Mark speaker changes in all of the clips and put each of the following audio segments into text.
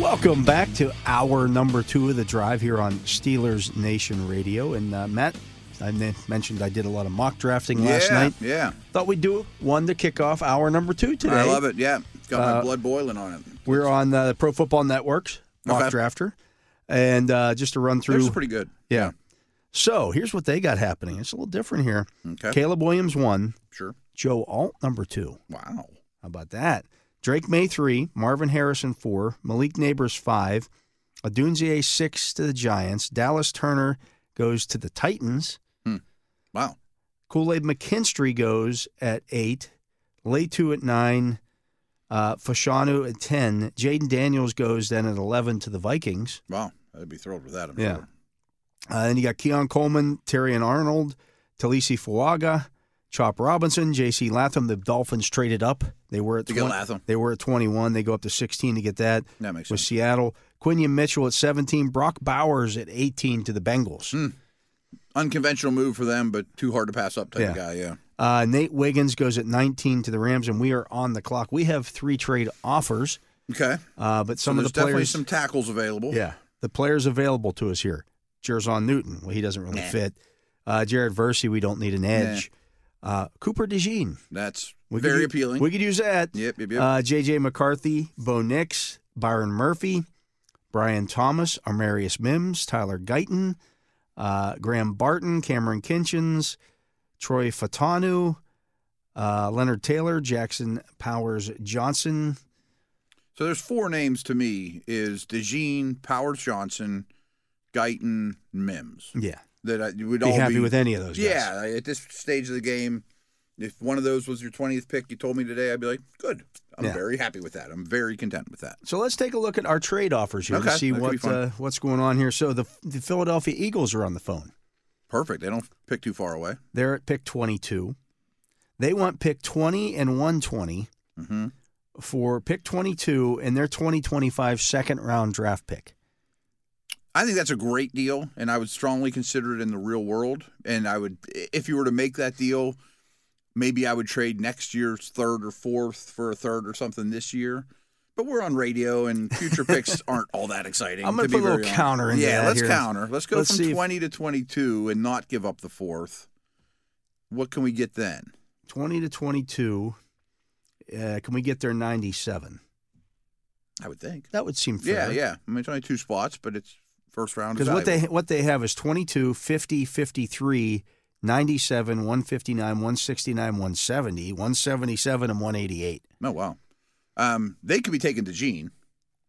Speaker 1: Welcome back to our number two of the drive here on Steelers Nation Radio. And uh, Matt, I n- mentioned I did a lot of mock drafting last
Speaker 2: yeah,
Speaker 1: night.
Speaker 2: Yeah.
Speaker 1: Thought we'd do one to kick off our number two today.
Speaker 2: I love it. Yeah. It's got my blood boiling on it.
Speaker 1: We're on uh, Pro Football Network's mock
Speaker 2: Okay.
Speaker 1: drafter, and uh, just to run
Speaker 2: Theirs
Speaker 1: through.
Speaker 2: is pretty good.
Speaker 1: yeah. So here's what they got happening. It's a little different here.
Speaker 2: Okay.
Speaker 1: Caleb Williams one,
Speaker 2: Sure.
Speaker 1: Joe Alt number two.
Speaker 2: Wow.
Speaker 1: How about that? Drake May three, Marvin Harrison four, Malik Neighbors five, Adunze six to the Giants. Dallas Turner goes to the Titans.
Speaker 2: Hmm. Wow.
Speaker 1: Kool Aid McKinstry goes at eight, Latu at nine, uh, Fashanu at ten. Jaden Daniels goes then at eleven to the Vikings.
Speaker 2: Wow. I'd be thrilled with that. I'm
Speaker 1: Yeah.
Speaker 2: sure.
Speaker 1: Uh, then you got Keon Coleman, Terry and Arnold, Talisi Fuaga, Chop Robinson, J.C. Latham. The Dolphins traded up. They were at
Speaker 2: To get
Speaker 1: 20
Speaker 2: Latham.
Speaker 1: They were at twenty-one. They go up to sixteen to get that.
Speaker 2: That makes
Speaker 1: with
Speaker 2: sense.
Speaker 1: Seattle. Quinion Mitchell at seventeen. Brock Bowers at eighteen to the Bengals.
Speaker 2: Hmm. Unconventional move for them, but too hard to pass up type of guy. Yeah.
Speaker 1: Uh, Nate Wiggins goes at 19 to the Rams, and we are on the clock. We have three trade offers,
Speaker 2: Okay.
Speaker 1: uh, but some of
Speaker 2: so
Speaker 1: the
Speaker 2: there's definitely
Speaker 1: players,
Speaker 2: some tackles available.
Speaker 1: yeah, the players available to us here. Jerzon Newton, well, he doesn't really fit. Uh, Jared Versey, we don't need an edge. Uh, Cooper DeJean,
Speaker 2: That's
Speaker 1: we could
Speaker 2: very
Speaker 1: u-
Speaker 2: appealing.
Speaker 1: We could use that.
Speaker 2: Yep, yep, yep.
Speaker 1: Uh, J.J. McCarthy, Bo Nix, Byron Murphy, Brian Thomas, Amarius Mims, Tyler Guyton, uh, Graham Barton, Cameron Kinchins, Troy Fatanu, uh, Leonard Taylor, Jackson Powers Johnson.
Speaker 2: so there's four names to me is DeJean, Powers Johnson, Guyton, Mims.
Speaker 1: Yeah.
Speaker 2: That I would
Speaker 1: Be
Speaker 2: all
Speaker 1: happy
Speaker 2: be,
Speaker 1: with any of those guys.
Speaker 2: Yeah, at this stage of the game, if one of those was your 20th pick, you told me today, I'd be like, good. I'm
Speaker 1: Yeah.
Speaker 2: very happy with that. I'm very content with that.
Speaker 1: So let's take a look at our trade offers here to
Speaker 2: Okay,
Speaker 1: see
Speaker 2: that could be
Speaker 1: what
Speaker 2: fun.
Speaker 1: uh, what's going on here. So the, the Philadelphia Eagles are on the phone.
Speaker 2: Perfect. They don't pick too far away.
Speaker 1: They're at pick 22. They want pick 20 and 120
Speaker 2: Mhm.
Speaker 1: for pick 22 and their 2025 second round draft pick.
Speaker 2: I think that's a great deal, and I would strongly consider it in the real world. And I would, if you were to make that deal, maybe I would trade next year's third or fourth for a third or something this year. But we're on radio, and future picks aren't all that exciting.
Speaker 1: I'm gonna
Speaker 2: to
Speaker 1: put
Speaker 2: be
Speaker 1: a little
Speaker 2: very honest.
Speaker 1: counter into
Speaker 2: yeah,
Speaker 1: that
Speaker 2: let's
Speaker 1: here.
Speaker 2: counter. Let's go
Speaker 1: Let's see
Speaker 2: from
Speaker 1: if-
Speaker 2: 20 to 22 and not give up the fourth. What can we get then?
Speaker 1: 20 to 22. Uh, can we get their 97?
Speaker 2: I would think.
Speaker 1: That would seem
Speaker 2: Yeah,
Speaker 1: fair.
Speaker 2: yeah. I mean, it's only two spots, but it's first round. is
Speaker 1: Because what they
Speaker 2: valuable.
Speaker 1: what they have is 22, 50, 53, 97, 159, 169, 170, 177, and 188.
Speaker 2: Oh wow, um, they could be taken to Gene.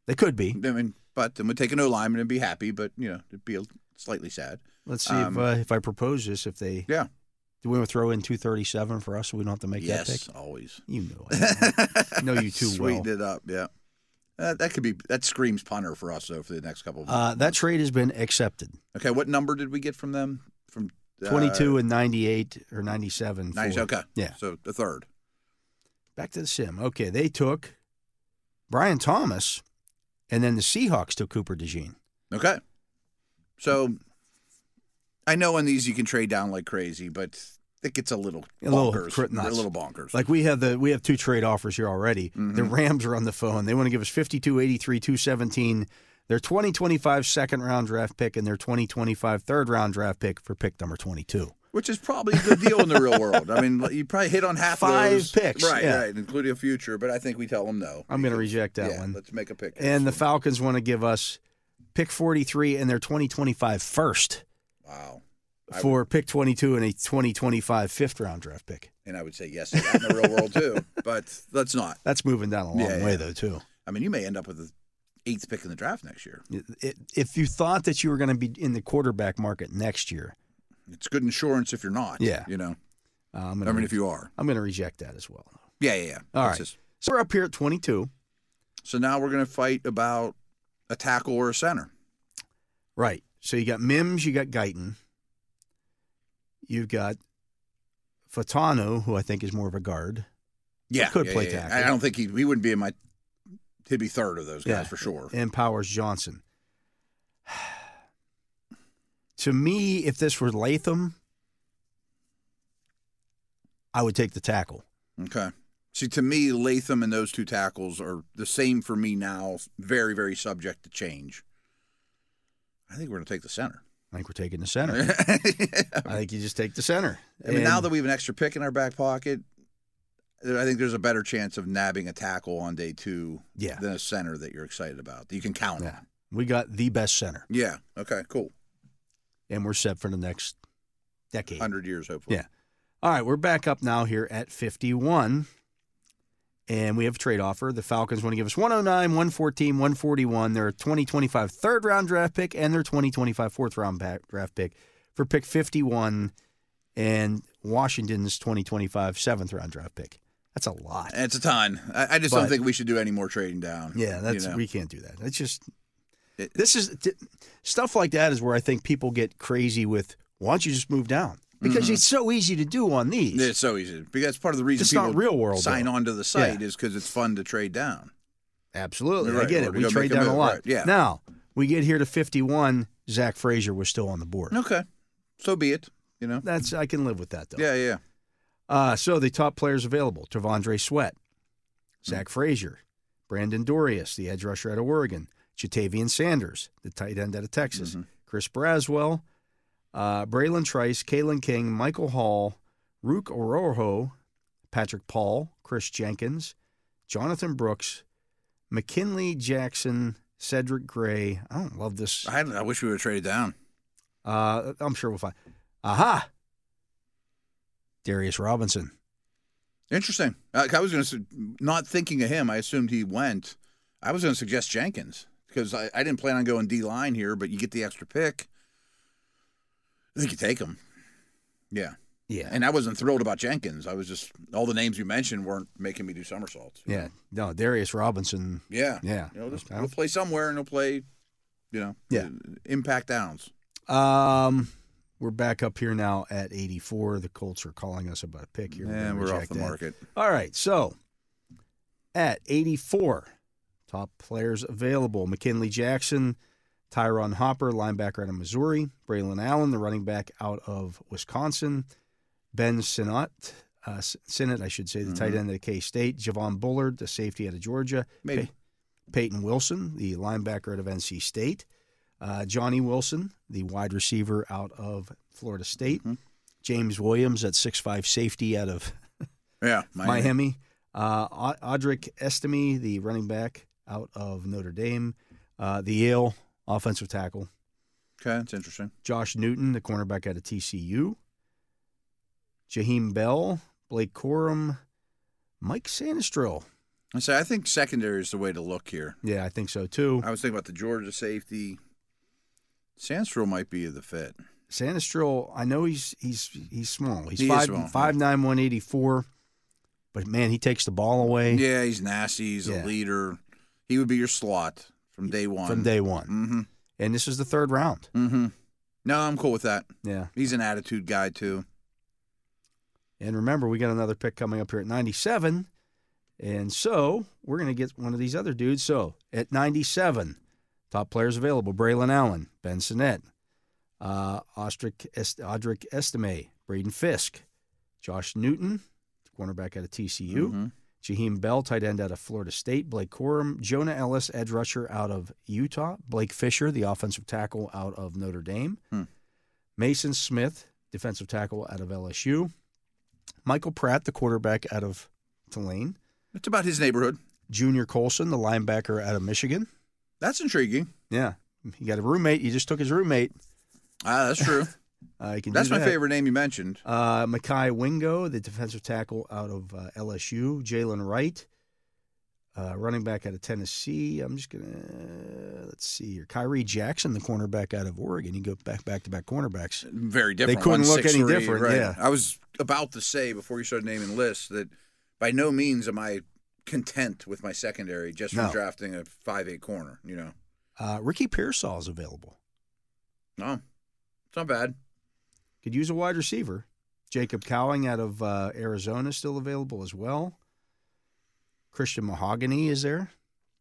Speaker 1: They could be.
Speaker 2: I mean, but then we'd take an O lineman and be happy, but you know, it'd be slightly sad.
Speaker 1: Let's see
Speaker 2: Um,
Speaker 1: if uh, if I propose this. If they
Speaker 2: Yeah.
Speaker 1: do, we want to throw in 237 for us, so we don't have to make that pick.
Speaker 2: yes, always.
Speaker 1: You know, I know you too well.
Speaker 2: Sweeten it up, yeah. Uh, that could be that screams punter for us though for the next couple. Of
Speaker 1: Uh, that trade has been accepted.
Speaker 2: okay, what number did we get from them? From uh,
Speaker 1: Twenty-two and ninety-eight or ninety-seven. for-
Speaker 2: Nice. Okay.
Speaker 1: Yeah.
Speaker 2: So the third.
Speaker 1: Back to the sim. Okay, they took Brian Thomas, and then the Seahawks took Cooper DeJean.
Speaker 2: Okay. So I know on these you can trade down like crazy, but it gets a little
Speaker 1: A little
Speaker 2: bonkers.
Speaker 1: crit nuts.
Speaker 2: a little bonkers.
Speaker 1: Like we have the we have two trade offers here already.
Speaker 2: Mm-hmm.
Speaker 1: The Rams are on the phone. They want to give us 52, 83, 217, their 2025 second round draft pick and their 2025 third round draft pick for pick number 22.
Speaker 2: Which is probably a good deal in the real world. I mean, you probably hit on half of
Speaker 1: Five
Speaker 2: those.
Speaker 1: picks,
Speaker 2: right?
Speaker 1: yeah.
Speaker 2: Right, including a future. But I think we tell them no.
Speaker 1: I'm going to reject that
Speaker 2: yeah,
Speaker 1: one.
Speaker 2: Let's make a pick.
Speaker 1: And the Falcons want to give us pick 43 and their 2025 first
Speaker 2: wow.
Speaker 1: for pick 22 and a 2025 fifth round draft pick.
Speaker 2: And I would say yes to that in the real world too. But let's not.
Speaker 1: That's moving down a long
Speaker 2: Yeah,
Speaker 1: way,
Speaker 2: yeah.
Speaker 1: though, too.
Speaker 2: I mean, you may end up with the eighth pick in the draft next year.
Speaker 1: It- it- if you thought that you were going to be in the quarterback market next year,
Speaker 2: It's good insurance if you're not.
Speaker 1: Yeah.
Speaker 2: You know.
Speaker 1: uh, I'm
Speaker 2: I
Speaker 1: going to
Speaker 2: mean, if you are.
Speaker 1: I'm going to reject that as well.
Speaker 2: Yeah, yeah, yeah.
Speaker 1: All
Speaker 2: It's
Speaker 1: right.
Speaker 2: just-
Speaker 1: So we're up here at 22.
Speaker 2: so now we're gonna fight about a tackle or a center.
Speaker 1: Right. So you got Mims, you got Guyton, you've got Fatano, who I think is more of a guard.
Speaker 2: Yeah,
Speaker 1: could
Speaker 2: yeah,
Speaker 1: play
Speaker 2: yeah, yeah.
Speaker 1: tackle.
Speaker 2: I don't think he he wouldn't be in my. He'd be third of those guys
Speaker 1: Yeah.
Speaker 2: for sure.
Speaker 1: and Powers Johnson. to me, if this were Latham, I would take the tackle.
Speaker 2: Okay. See, to me, Latham and those two tackles are the same for me now. Very, very subject to change. I think we're going to take the center.
Speaker 1: I think we're taking the center.
Speaker 2: I
Speaker 1: I think you just take the center.
Speaker 2: mean,
Speaker 1: And-
Speaker 2: now that we have an extra pick in our back pocket, I think there's a better chance of nabbing a tackle on day two
Speaker 1: yeah,
Speaker 2: than a center that you're excited about that you can count
Speaker 1: Yeah.
Speaker 2: on.
Speaker 1: we got the best center,
Speaker 2: Yeah. Okay. Cool.
Speaker 1: and we're set for the next decade.
Speaker 2: Hundred years, hopefully.
Speaker 1: Yeah. All right, we're back up now here at 51. And we have a trade offer. The Falcons want to give us 109, 114, 141, their 2025 third round draft pick, and their 2025 fourth round back draft pick for pick 51 and Washington's 2025 seventh round draft pick. That's a lot.
Speaker 2: And it's a ton. I, I just
Speaker 1: But-
Speaker 2: don't think we should do any more trading down.
Speaker 1: Yeah, that's
Speaker 2: you know?
Speaker 1: we can't do that. That's just
Speaker 2: It-
Speaker 1: this is t- stuff like that is where I think people get crazy with why don't you just move down? Because
Speaker 2: Mm-hmm.
Speaker 1: it's so easy to do on these.
Speaker 2: It's so easy because that's part of the reason
Speaker 1: It's
Speaker 2: people
Speaker 1: not real world,
Speaker 2: sign
Speaker 1: though.
Speaker 2: on to the site is because it's fun to trade down.
Speaker 1: Absolutely.
Speaker 2: Right,
Speaker 1: I get
Speaker 2: or
Speaker 1: it.
Speaker 2: to
Speaker 1: We
Speaker 2: go
Speaker 1: trade
Speaker 2: make a
Speaker 1: down a
Speaker 2: move,
Speaker 1: lot.
Speaker 2: right, yeah.
Speaker 1: Now, we get here to 51. Zach Frazier was still on the board.
Speaker 2: Okay, so be it. You know.
Speaker 1: That's I can live with that, though.
Speaker 2: Yeah, yeah.
Speaker 1: Uh, so the top players available Tavondre Sweat, Zach Frazier, Brandon Dorius, the edge rusher out of Oregon, Jatavian Sanders, the tight end out of Texas, Chris Braswell, uh, Braylon Trice, Kalen King, Michael Hall, Rook Orojo, Patrick Paul, Chris Jenkins, Jonathan Brooks, McKinley Jackson, Cedric Gray. I don't love this.
Speaker 2: I, I wish we would have traded down.
Speaker 1: Uh, I'm sure we'll find. Aha! Darius Robinson.
Speaker 2: Interesting. Uh, I was going to not thinking of him. I assumed he went. I was going to suggest Jenkins because I, I didn't plan on going D line here, but you get the extra pick. I think you take him. Yeah,
Speaker 1: Yeah.
Speaker 2: and I wasn't thrilled about Jenkins. I was just all the names you mentioned weren't making me do somersaults.
Speaker 1: Yeah. No, Darius Robinson.
Speaker 2: Yeah.
Speaker 1: Yeah.
Speaker 2: You know, just
Speaker 1: I
Speaker 2: he'll play somewhere and he'll play, you know,
Speaker 1: Yeah.
Speaker 2: impact downs.
Speaker 1: don't- Um, we're back up here now at 84. The Colts are calling us about a pick here. gonna
Speaker 2: and we're off
Speaker 1: reject
Speaker 2: the
Speaker 1: that.
Speaker 2: market.
Speaker 1: All right. So at 84, top players available McKinley Jackson, Tyron Hopper, linebacker out of Missouri, Braylon Allen, the running back out of Wisconsin, Ben Sinnott, uh, S- Sinnott, I should say, the tight end of K State, Javon Bullard, the safety out of Georgia,
Speaker 2: Maybe.
Speaker 1: Peyton Wilson, the linebacker out of NC State, uh, Johnny Wilson, the wide receiver out of Florida State, James Williams at 6'5 safety out of
Speaker 2: Yeah.
Speaker 1: Miami. Uh, Au- Audric Estime, the running back out of Notre Dame, uh, the Yale offensive tackle.
Speaker 2: Okay, that's interesting.
Speaker 1: Josh Newton, the cornerback out of TCU. Jaheim Bell, Blake Corum, Mike Sanistrell.
Speaker 2: I say I think secondary is the way to look here.
Speaker 1: Yeah, I think so too.
Speaker 2: I was thinking about the Georgia safety. Sandstro might be the fit.
Speaker 1: Sanistrell, I know he's he's he's small. He's
Speaker 2: He is
Speaker 1: five
Speaker 2: small.
Speaker 1: five nine one eighty four, but man, he takes the ball away
Speaker 2: Yeah, he's nasty. He's
Speaker 1: Yeah.
Speaker 2: a leader. He would be your slot from day one.
Speaker 1: from day one.
Speaker 2: Mm-hmm.
Speaker 1: And this is the third round.
Speaker 2: Mm-hmm. No, I'm cool with that.
Speaker 1: Yeah.
Speaker 2: He's an attitude guy too.
Speaker 1: And remember, we got another pick coming up here at 97. And so we're going to get one of these other dudes. So at 97, top players available Braylon Allen, Ben Sinet, uh, Ostrich, Est- Audric Estime, Braden Fisk, Josh Newton, cornerback out of TCU,
Speaker 2: Mhm.
Speaker 1: Jaheim Bell, tight end out of Florida State, Blake Corum, Jonah Ellis, edge rusher out of Utah, Blake Fisher, the offensive tackle out of Notre Dame,
Speaker 2: Hmm.
Speaker 1: Mason Smith, defensive tackle out of LSU, Michael Pratt, the quarterback out of Tulane,
Speaker 2: It's about his neighborhood.
Speaker 1: Junior Colson, the linebacker out of Michigan.
Speaker 2: That's intriguing.
Speaker 1: Yeah, he got a roommate. He just took his roommate.
Speaker 2: Ah, that's true.
Speaker 1: Uh, he can
Speaker 2: that's
Speaker 1: do
Speaker 2: my
Speaker 1: that.
Speaker 2: favorite name you mentioned.
Speaker 1: Uh, Makai Wingo, the defensive tackle out of uh, LSU. Jalen Wright, uh, running back out of Tennessee. I'm just gonna let's see here. Kyrie Jackson, the cornerback out of Oregon. You go back back to back cornerbacks.
Speaker 2: very different.
Speaker 1: couldn't look any
Speaker 2: 163,
Speaker 1: different,
Speaker 2: right.
Speaker 1: yeah.
Speaker 2: I was about to say before you started naming lists that by no means am I content with my secondary just from
Speaker 1: No.
Speaker 2: drafting a five eight corner. You know,
Speaker 1: Uh, Ricky Pearsall is available.
Speaker 2: No, it's not bad.
Speaker 1: Could use a wide receiver. Jacob Cowling out of uh, Arizona is still available as well. Christian Mahogany is there.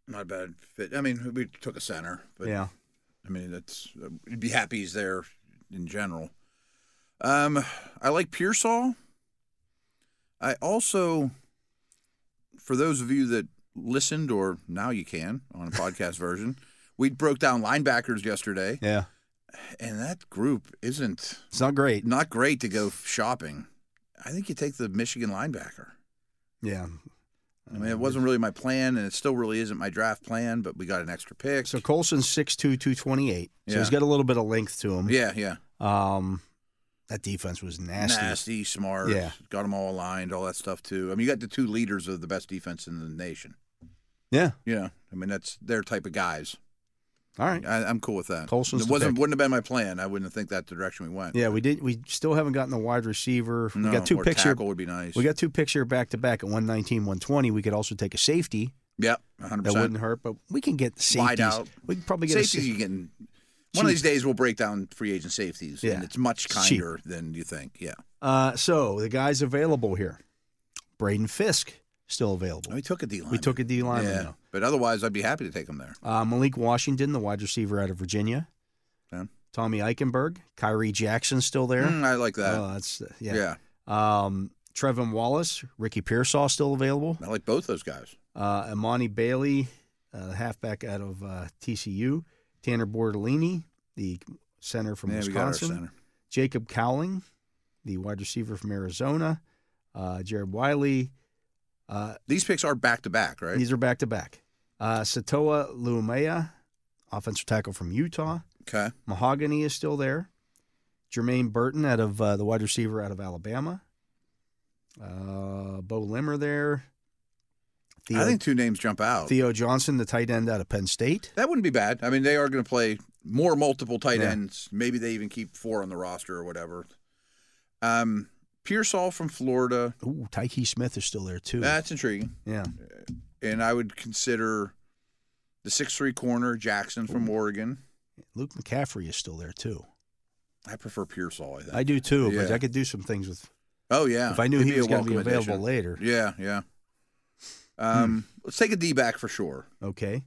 Speaker 2: Not a bad fit. I mean, we took a center, but
Speaker 1: yeah.
Speaker 2: I mean, that's I'd be happy he's there in general. Um, I like Pearsall. I also, for those of you that listened, or now you can on a podcast version, we broke down linebackers yesterday,
Speaker 1: Yeah.
Speaker 2: and that group isn't
Speaker 1: It's not great.
Speaker 2: not great to go shopping. I think you take the Michigan linebacker.
Speaker 1: Yeah.
Speaker 2: I mean, it wasn't really my plan, and it still really isn't my draft plan. But we got an extra pick.
Speaker 1: So Colson's 6'2", 228. So
Speaker 2: Yeah.
Speaker 1: he's got a little bit of length to him.
Speaker 2: yeah, yeah.
Speaker 1: Um, that defense was nasty.
Speaker 2: nasty, smart.
Speaker 1: Yeah.
Speaker 2: got them all aligned, all that stuff too. I mean, you got the two leaders of the best defense in the nation.
Speaker 1: Yeah.
Speaker 2: Yeah, I mean that's their type of guys.
Speaker 1: All right.
Speaker 2: I, I'm cool with that.
Speaker 1: Colson's
Speaker 2: it
Speaker 1: the
Speaker 2: wasn't
Speaker 1: pick.
Speaker 2: wouldn't have been my plan. I wouldn't think that the direction we went.
Speaker 1: Yeah, we did. We still haven't gotten the wide receiver.
Speaker 2: No,
Speaker 1: we got two
Speaker 2: or
Speaker 1: picks here.
Speaker 2: tackle would be nice.
Speaker 1: We got two picks here back to back at 119, 120. We could also take a safety.
Speaker 2: yep, 100.
Speaker 1: That
Speaker 2: percent
Speaker 1: wouldn't hurt, but we can get
Speaker 2: Wide
Speaker 1: safeties.
Speaker 2: out.
Speaker 1: We can probably get
Speaker 2: Safeties
Speaker 1: a
Speaker 2: you
Speaker 1: safety.
Speaker 2: can. One of these days we'll break down free agent safeties,
Speaker 1: Yeah.
Speaker 2: and it's much
Speaker 1: It's cheap.
Speaker 2: kinder than you think. Yeah,
Speaker 1: Uh, so the guys available here. Braden Fisk still available.
Speaker 2: we took a D line.
Speaker 1: We took a D lineman
Speaker 2: Oh, yeah, but otherwise I'd be happy to take them there.
Speaker 1: now. Uh, Malik Washington, the wide receiver out of Virginia.
Speaker 2: Yeah.
Speaker 1: Tommy Eichenberg, Kyrie Jackson still there.
Speaker 2: Mm, I like that.
Speaker 1: Oh, that's yeah.
Speaker 2: yeah.
Speaker 1: Um, Trevin Wallace, Ricky Pearsall still available.
Speaker 2: I like both those guys.
Speaker 1: Uh, Imani Bailey, uh, halfback out of uh, TCU. Tanner Bordolini, the center from
Speaker 2: yeah, we got our
Speaker 1: Wisconsin.
Speaker 2: center.
Speaker 1: Jacob Cowling, the wide receiver from Arizona. Uh, Jared Wiley. Uh,
Speaker 2: These picks are back to back, right?
Speaker 1: These are back to back. Uh, Satoa Luumea, offensive tackle from Utah.
Speaker 2: Okay.
Speaker 1: Mahogany is still there. Jermaine Burton out of uh, the wide receiver out of Alabama. Uh, Bo Limmer there. Theo,
Speaker 2: I think two names jump out.
Speaker 1: Theo Johnson, the tight end out of Penn State.
Speaker 2: that wouldn't be bad. I mean, they are going to play more multiple tight
Speaker 1: Yeah.
Speaker 2: ends. Maybe they even keep four on the roster or whatever. Um, Pearsall from Florida.
Speaker 1: Ooh, Tyke Smith is still there too.
Speaker 2: That's intriguing.
Speaker 1: yeah,
Speaker 2: And I would consider the six-three corner Jackson from Oregon.
Speaker 1: Luke McCaffrey is still there too.
Speaker 2: I prefer Pearsall. I think.
Speaker 1: I do too, but
Speaker 2: Yeah.
Speaker 1: I could do some things with
Speaker 2: oh yeah.
Speaker 1: if I knew
Speaker 2: He'd
Speaker 1: he
Speaker 2: a
Speaker 1: was going to be
Speaker 2: welcome
Speaker 1: available later.
Speaker 2: addition.
Speaker 1: Hmm.
Speaker 2: Yeah, yeah. Um, let's take a D back for sure.
Speaker 1: Okay,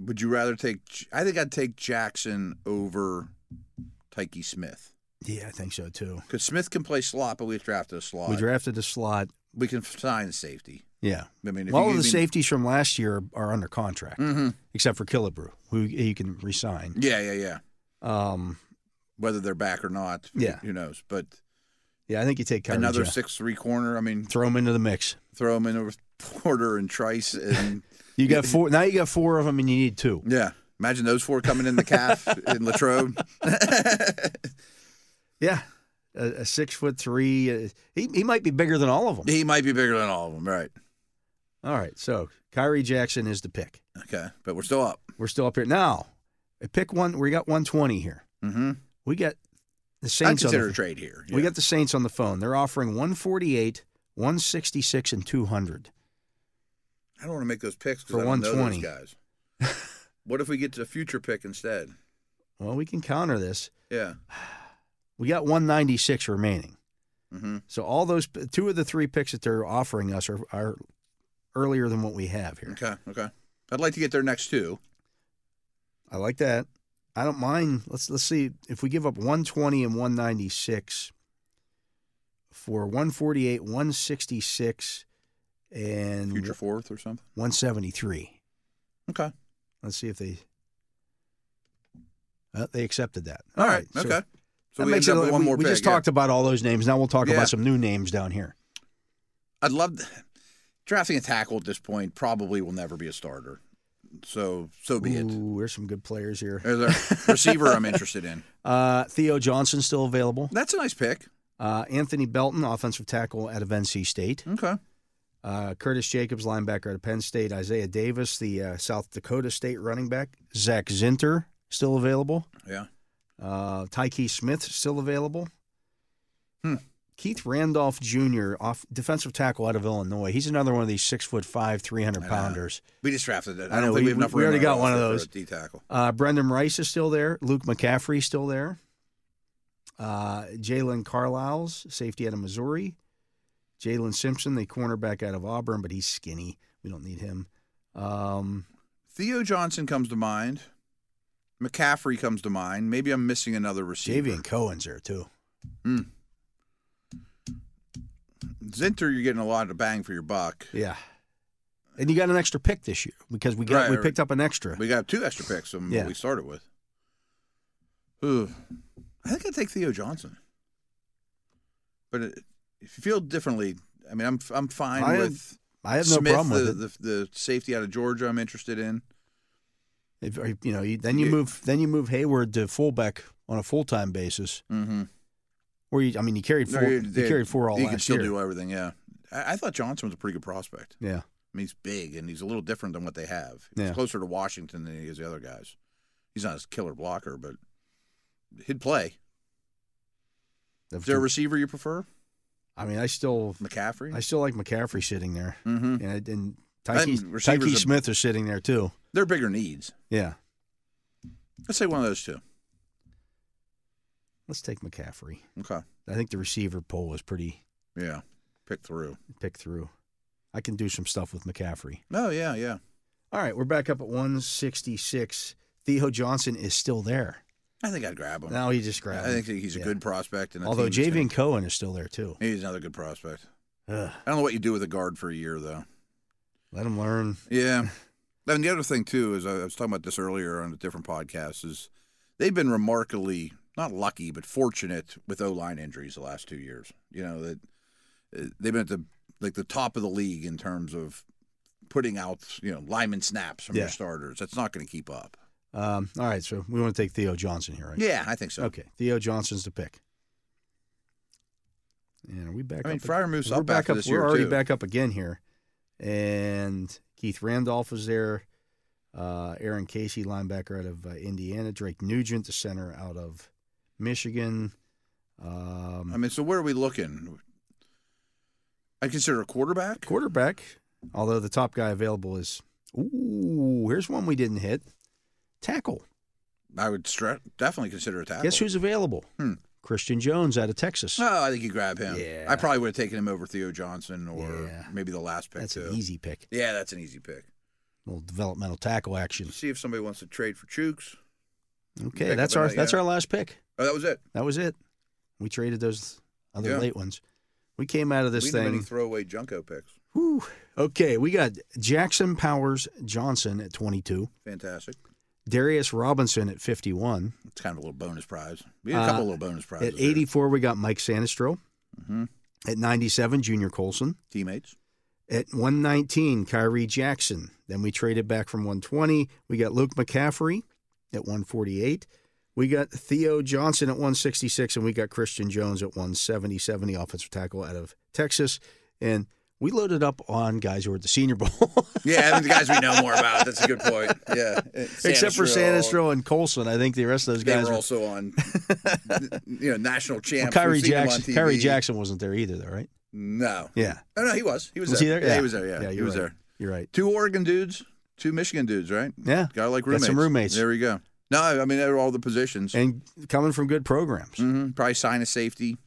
Speaker 2: Would you rather take? J- I think I'd take Jackson over Tyke Smith.
Speaker 1: yeah, I think so too.
Speaker 2: Because Smith can play slot, but we drafted a slot.
Speaker 1: We drafted the slot.
Speaker 2: we can sign safety.
Speaker 1: Yeah,
Speaker 2: I mean, if
Speaker 1: Well,
Speaker 2: you
Speaker 1: all of the
Speaker 2: give me-
Speaker 1: safeties from last year are under contract,
Speaker 2: Mhm.
Speaker 1: except for Killebrew, who you can resign.
Speaker 2: Yeah, yeah, yeah.
Speaker 1: Um,
Speaker 2: Whether they're back or not,
Speaker 1: Yeah.
Speaker 2: who knows? But
Speaker 1: yeah, I think you take Kyrie
Speaker 2: another
Speaker 1: Jack-
Speaker 2: six-three corner. I mean,
Speaker 1: throw him into the mix.
Speaker 2: throw them in with Porter and Trice, and
Speaker 1: You got four now. You got four of them, and you need two.
Speaker 2: yeah, imagine those four coming in the calf in Latrobe.
Speaker 1: Yeah, a, a six foot three. Uh, he he might be bigger than all of them.
Speaker 2: he might be bigger than all of them, right?
Speaker 1: All right, so Kyrie Jackson is the pick.
Speaker 2: Okay, but we're still up.
Speaker 1: We're still up here now. Pick one. We got one twenty here.
Speaker 2: Mm-hmm.
Speaker 1: We got the
Speaker 2: I
Speaker 1: Saints. On
Speaker 2: consider a
Speaker 1: the,
Speaker 2: trade here.
Speaker 1: We
Speaker 2: yeah.
Speaker 1: got the Saints on the phone. They're offering one forty eight, one sixty six, and two hundred.
Speaker 2: I don't want to make those picks
Speaker 1: For
Speaker 2: because I don't know those
Speaker 1: 120.
Speaker 2: guys. what if we get to a future pick instead?
Speaker 1: Well, we can counter this.
Speaker 2: Yeah.
Speaker 1: We got 196 remaining.
Speaker 2: Mm-hmm.
Speaker 1: So all those two of the three picks that they're offering us are, are earlier than what we have here.
Speaker 2: Okay. Okay. I'd like to get their next two.
Speaker 1: I like that. I don't mind. Let's let's see if we give up 120 and 196 for 148, 166 and
Speaker 2: future fourth or something.
Speaker 1: 173.
Speaker 2: Okay.
Speaker 1: Let's see if they uh, they accepted that.
Speaker 2: All right.
Speaker 1: so
Speaker 2: okay. So
Speaker 1: that
Speaker 2: we
Speaker 1: makes
Speaker 2: end
Speaker 1: it
Speaker 2: up
Speaker 1: a-
Speaker 2: with one
Speaker 1: we-
Speaker 2: more
Speaker 1: We
Speaker 2: pick.
Speaker 1: just
Speaker 2: yeah.
Speaker 1: talked about all those names. Now we'll talk
Speaker 2: Yeah.
Speaker 1: about some new names down here.
Speaker 2: I'd love drafting a tackle at this point. Probably will never be a starter. So so be it.
Speaker 1: Ooh, there's some good players here.
Speaker 2: There's a receiver I'm interested in.
Speaker 1: Uh, Theo Johnson still available.
Speaker 2: That's a nice pick.
Speaker 1: Uh, Anthony Belton, offensive tackle out of NC State.
Speaker 2: Okay.
Speaker 1: Uh, Curtis Jacobs, linebacker out of Penn State. Isaiah Davis, the uh, South Dakota State running back. Zach Zinter still available.
Speaker 2: Yeah.
Speaker 1: Uh, Tyke Smith still available.
Speaker 2: Hmm.
Speaker 1: Keith Randolph Jr., off defensive tackle out of Illinois. He's another one of these six foot five, 300
Speaker 2: I know.
Speaker 1: pounders.
Speaker 2: We just drafted it.
Speaker 1: I
Speaker 2: I
Speaker 1: know,
Speaker 2: don't
Speaker 1: we-
Speaker 2: think we have enough
Speaker 1: we
Speaker 2: room
Speaker 1: already
Speaker 2: on
Speaker 1: got
Speaker 2: our
Speaker 1: one of
Speaker 2: roster for
Speaker 1: those.
Speaker 2: a D tackle.
Speaker 1: Uh, Brendan Rice is still there. Luke McCaffrey still there. Uh, Jalen Carlisle's safety out of Missouri. Jalen Simpson, the cornerback out of Auburn, but he's skinny. We don't need him. Um,
Speaker 2: Theo Johnson comes to mind. McCaffrey comes to mind. Maybe I'm missing another receiver.
Speaker 1: Javian Cohen's there too.
Speaker 2: Zinter, you're getting a lot of bang for your buck.
Speaker 1: Yeah. And you got an extra pick this year because we got
Speaker 2: Right,
Speaker 1: we
Speaker 2: right.
Speaker 1: picked up an extra.
Speaker 2: We got two extra picks from
Speaker 1: Yeah.
Speaker 2: what we started with. Ooh, I think I'd take Theo Johnson. But it, if you feel differently, I mean, I'm I'm fine
Speaker 1: I am-
Speaker 2: with
Speaker 1: I have no
Speaker 2: Smith, uh,
Speaker 1: problem with
Speaker 2: the,
Speaker 1: it.
Speaker 2: the the safety out of Georgia. I'm interested in.
Speaker 1: If, or, you know, you, then you
Speaker 2: Yeah.
Speaker 1: move then you move Hayward to fullback on a full time basis.
Speaker 2: Mm-hmm.
Speaker 1: Where you, I mean, you carried four, you, carried four all
Speaker 2: He
Speaker 1: last
Speaker 2: can still
Speaker 1: year.
Speaker 2: do everything. Yeah, I, I thought Johnson was a pretty good prospect.
Speaker 1: yeah,
Speaker 2: I mean, he's big and he's a little different than what they have. He's
Speaker 1: Yeah.
Speaker 2: closer to Washington than he is the other guys. He's not as killer blocker, but he'd play. Is there a receiver you prefer?
Speaker 1: I mean, I still
Speaker 2: McCaffrey.
Speaker 1: I still like McCaffrey sitting there,
Speaker 2: mm-hmm.
Speaker 1: and, and
Speaker 2: I
Speaker 1: Tyke,
Speaker 2: think
Speaker 1: Tyke
Speaker 2: receivers are-
Speaker 1: Smith is sitting there too.
Speaker 2: They're bigger needs.
Speaker 1: Yeah,
Speaker 2: Let's say one of those two.
Speaker 1: let's take McCaffrey.
Speaker 2: Okay.
Speaker 1: I think the receiver poll was pretty
Speaker 2: Yeah. Pick through.
Speaker 1: picked through. I can do some stuff with McCaffrey.
Speaker 2: Oh yeah, yeah.
Speaker 1: All right, we're back up at 166. Theo Johnson is still there.
Speaker 2: I think I'd grab him.
Speaker 1: Now he just grabbed.
Speaker 2: I
Speaker 1: him.
Speaker 2: think he's a
Speaker 1: Yeah.
Speaker 2: good prospect. And a
Speaker 1: Although
Speaker 2: team that's
Speaker 1: Javian Cohen is still there too.
Speaker 2: gonna- he's another good prospect.
Speaker 1: Ugh,
Speaker 2: I don't know what you do with a guard for a year though.
Speaker 1: let him learn.
Speaker 2: Yeah. And the other thing too is I was talking about this earlier on a different podcast is they've been remarkably not lucky but fortunate with O line injuries the last two years. You know that uh, they've been at the like the top of the league in terms of putting out you know lineman snaps from
Speaker 1: Yeah.
Speaker 2: your starters. That's not going to keep up.
Speaker 1: Um, all right, so we want to take Theo Johnson here, right?
Speaker 2: Yeah, I think so.
Speaker 1: Okay, Theo Johnson's the pick. And are we back
Speaker 2: I mean,
Speaker 1: up? ag-
Speaker 2: Fryer moves
Speaker 1: we're
Speaker 2: up
Speaker 1: back
Speaker 2: after
Speaker 1: up.
Speaker 2: this
Speaker 1: we're
Speaker 2: year
Speaker 1: already
Speaker 2: too.
Speaker 1: back up again here, and Keith Randolph is there. Uh, Aaron Casey, linebacker out of uh, Indiana. Drake Nugent, the center out of Michigan. Um,
Speaker 2: I mean, so where are we looking? I consider a quarterback.
Speaker 1: quarterback, although the top guy available is ooh. Here's one we didn't hit. Tackle.
Speaker 2: I would stre- definitely consider a tackle.
Speaker 1: Guess who's available?
Speaker 2: Hmm.
Speaker 1: Christian Jones out of Texas.
Speaker 2: No, Oh, I think you grab him.
Speaker 1: Yeah.
Speaker 2: I probably would have taken him over Theo Johnson or
Speaker 1: Yeah.
Speaker 2: maybe the last pick
Speaker 1: That's
Speaker 2: too.
Speaker 1: an easy pick.
Speaker 2: yeah, that's an easy pick.
Speaker 1: little developmental tackle action.
Speaker 2: See if somebody wants to trade for Chooks.
Speaker 1: Okay,
Speaker 2: Pick up
Speaker 1: that's
Speaker 2: on
Speaker 1: our
Speaker 2: that,
Speaker 1: that's
Speaker 2: yeah.
Speaker 1: our last pick.
Speaker 2: Oh, that was it.
Speaker 1: That was it. We traded those other
Speaker 2: Yeah.
Speaker 1: late ones. We came out of this
Speaker 2: we didn't have any
Speaker 1: thing.
Speaker 2: throwaway Junko picks.
Speaker 1: whew. okay, we got Jackson Powers Johnson at 22,
Speaker 2: Fantastic.
Speaker 1: Darius Robinson at 51.
Speaker 2: It's kind of a little bonus prize. We had a
Speaker 1: Uh,
Speaker 2: couple little bonus prizes.
Speaker 1: At
Speaker 2: there.
Speaker 1: 84, we got Mike Sanistro.
Speaker 2: Mhm.
Speaker 1: At 97, Junior Colson.
Speaker 2: teammates.
Speaker 1: At 119, Kyrie Jackson. Then we traded back from 120. We got Luke McCaffrey at 148. We got Theo Johnson at 166, and we got Christian Jones at 177, the offensive tackle out of Texas. And we loaded up on guys who were at the Senior Bowl,
Speaker 2: Yeah, I think the guys we know more about. That's a good point. Yeah.
Speaker 1: except for Sanistro and Colson. I think the rest of those
Speaker 2: They
Speaker 1: guys
Speaker 2: were
Speaker 1: were.
Speaker 2: also on, you know, national
Speaker 1: Well,
Speaker 2: champs.
Speaker 1: Kyrie
Speaker 2: We've seen them on
Speaker 1: Jackson.
Speaker 2: TV.
Speaker 1: Kyrie Jackson wasn't there either, though, right?
Speaker 2: No.
Speaker 1: Yeah,
Speaker 2: Oh no, he was. He was,
Speaker 1: Was he
Speaker 2: there.
Speaker 1: there?
Speaker 2: Yeah,
Speaker 1: Yeah.
Speaker 2: he was there. Yeah,
Speaker 1: Yeah,
Speaker 2: he
Speaker 1: you're
Speaker 2: was
Speaker 1: right.
Speaker 2: there.
Speaker 1: you're right.
Speaker 2: Two Oregon dudes, two Michigan dudes, right?
Speaker 1: Yeah,
Speaker 2: Got like
Speaker 1: Got
Speaker 2: roommates.
Speaker 1: some roommates.
Speaker 2: There you go. No, I mean they were all the positions.
Speaker 1: and coming from good programs.
Speaker 2: hmm Probably sign of safety.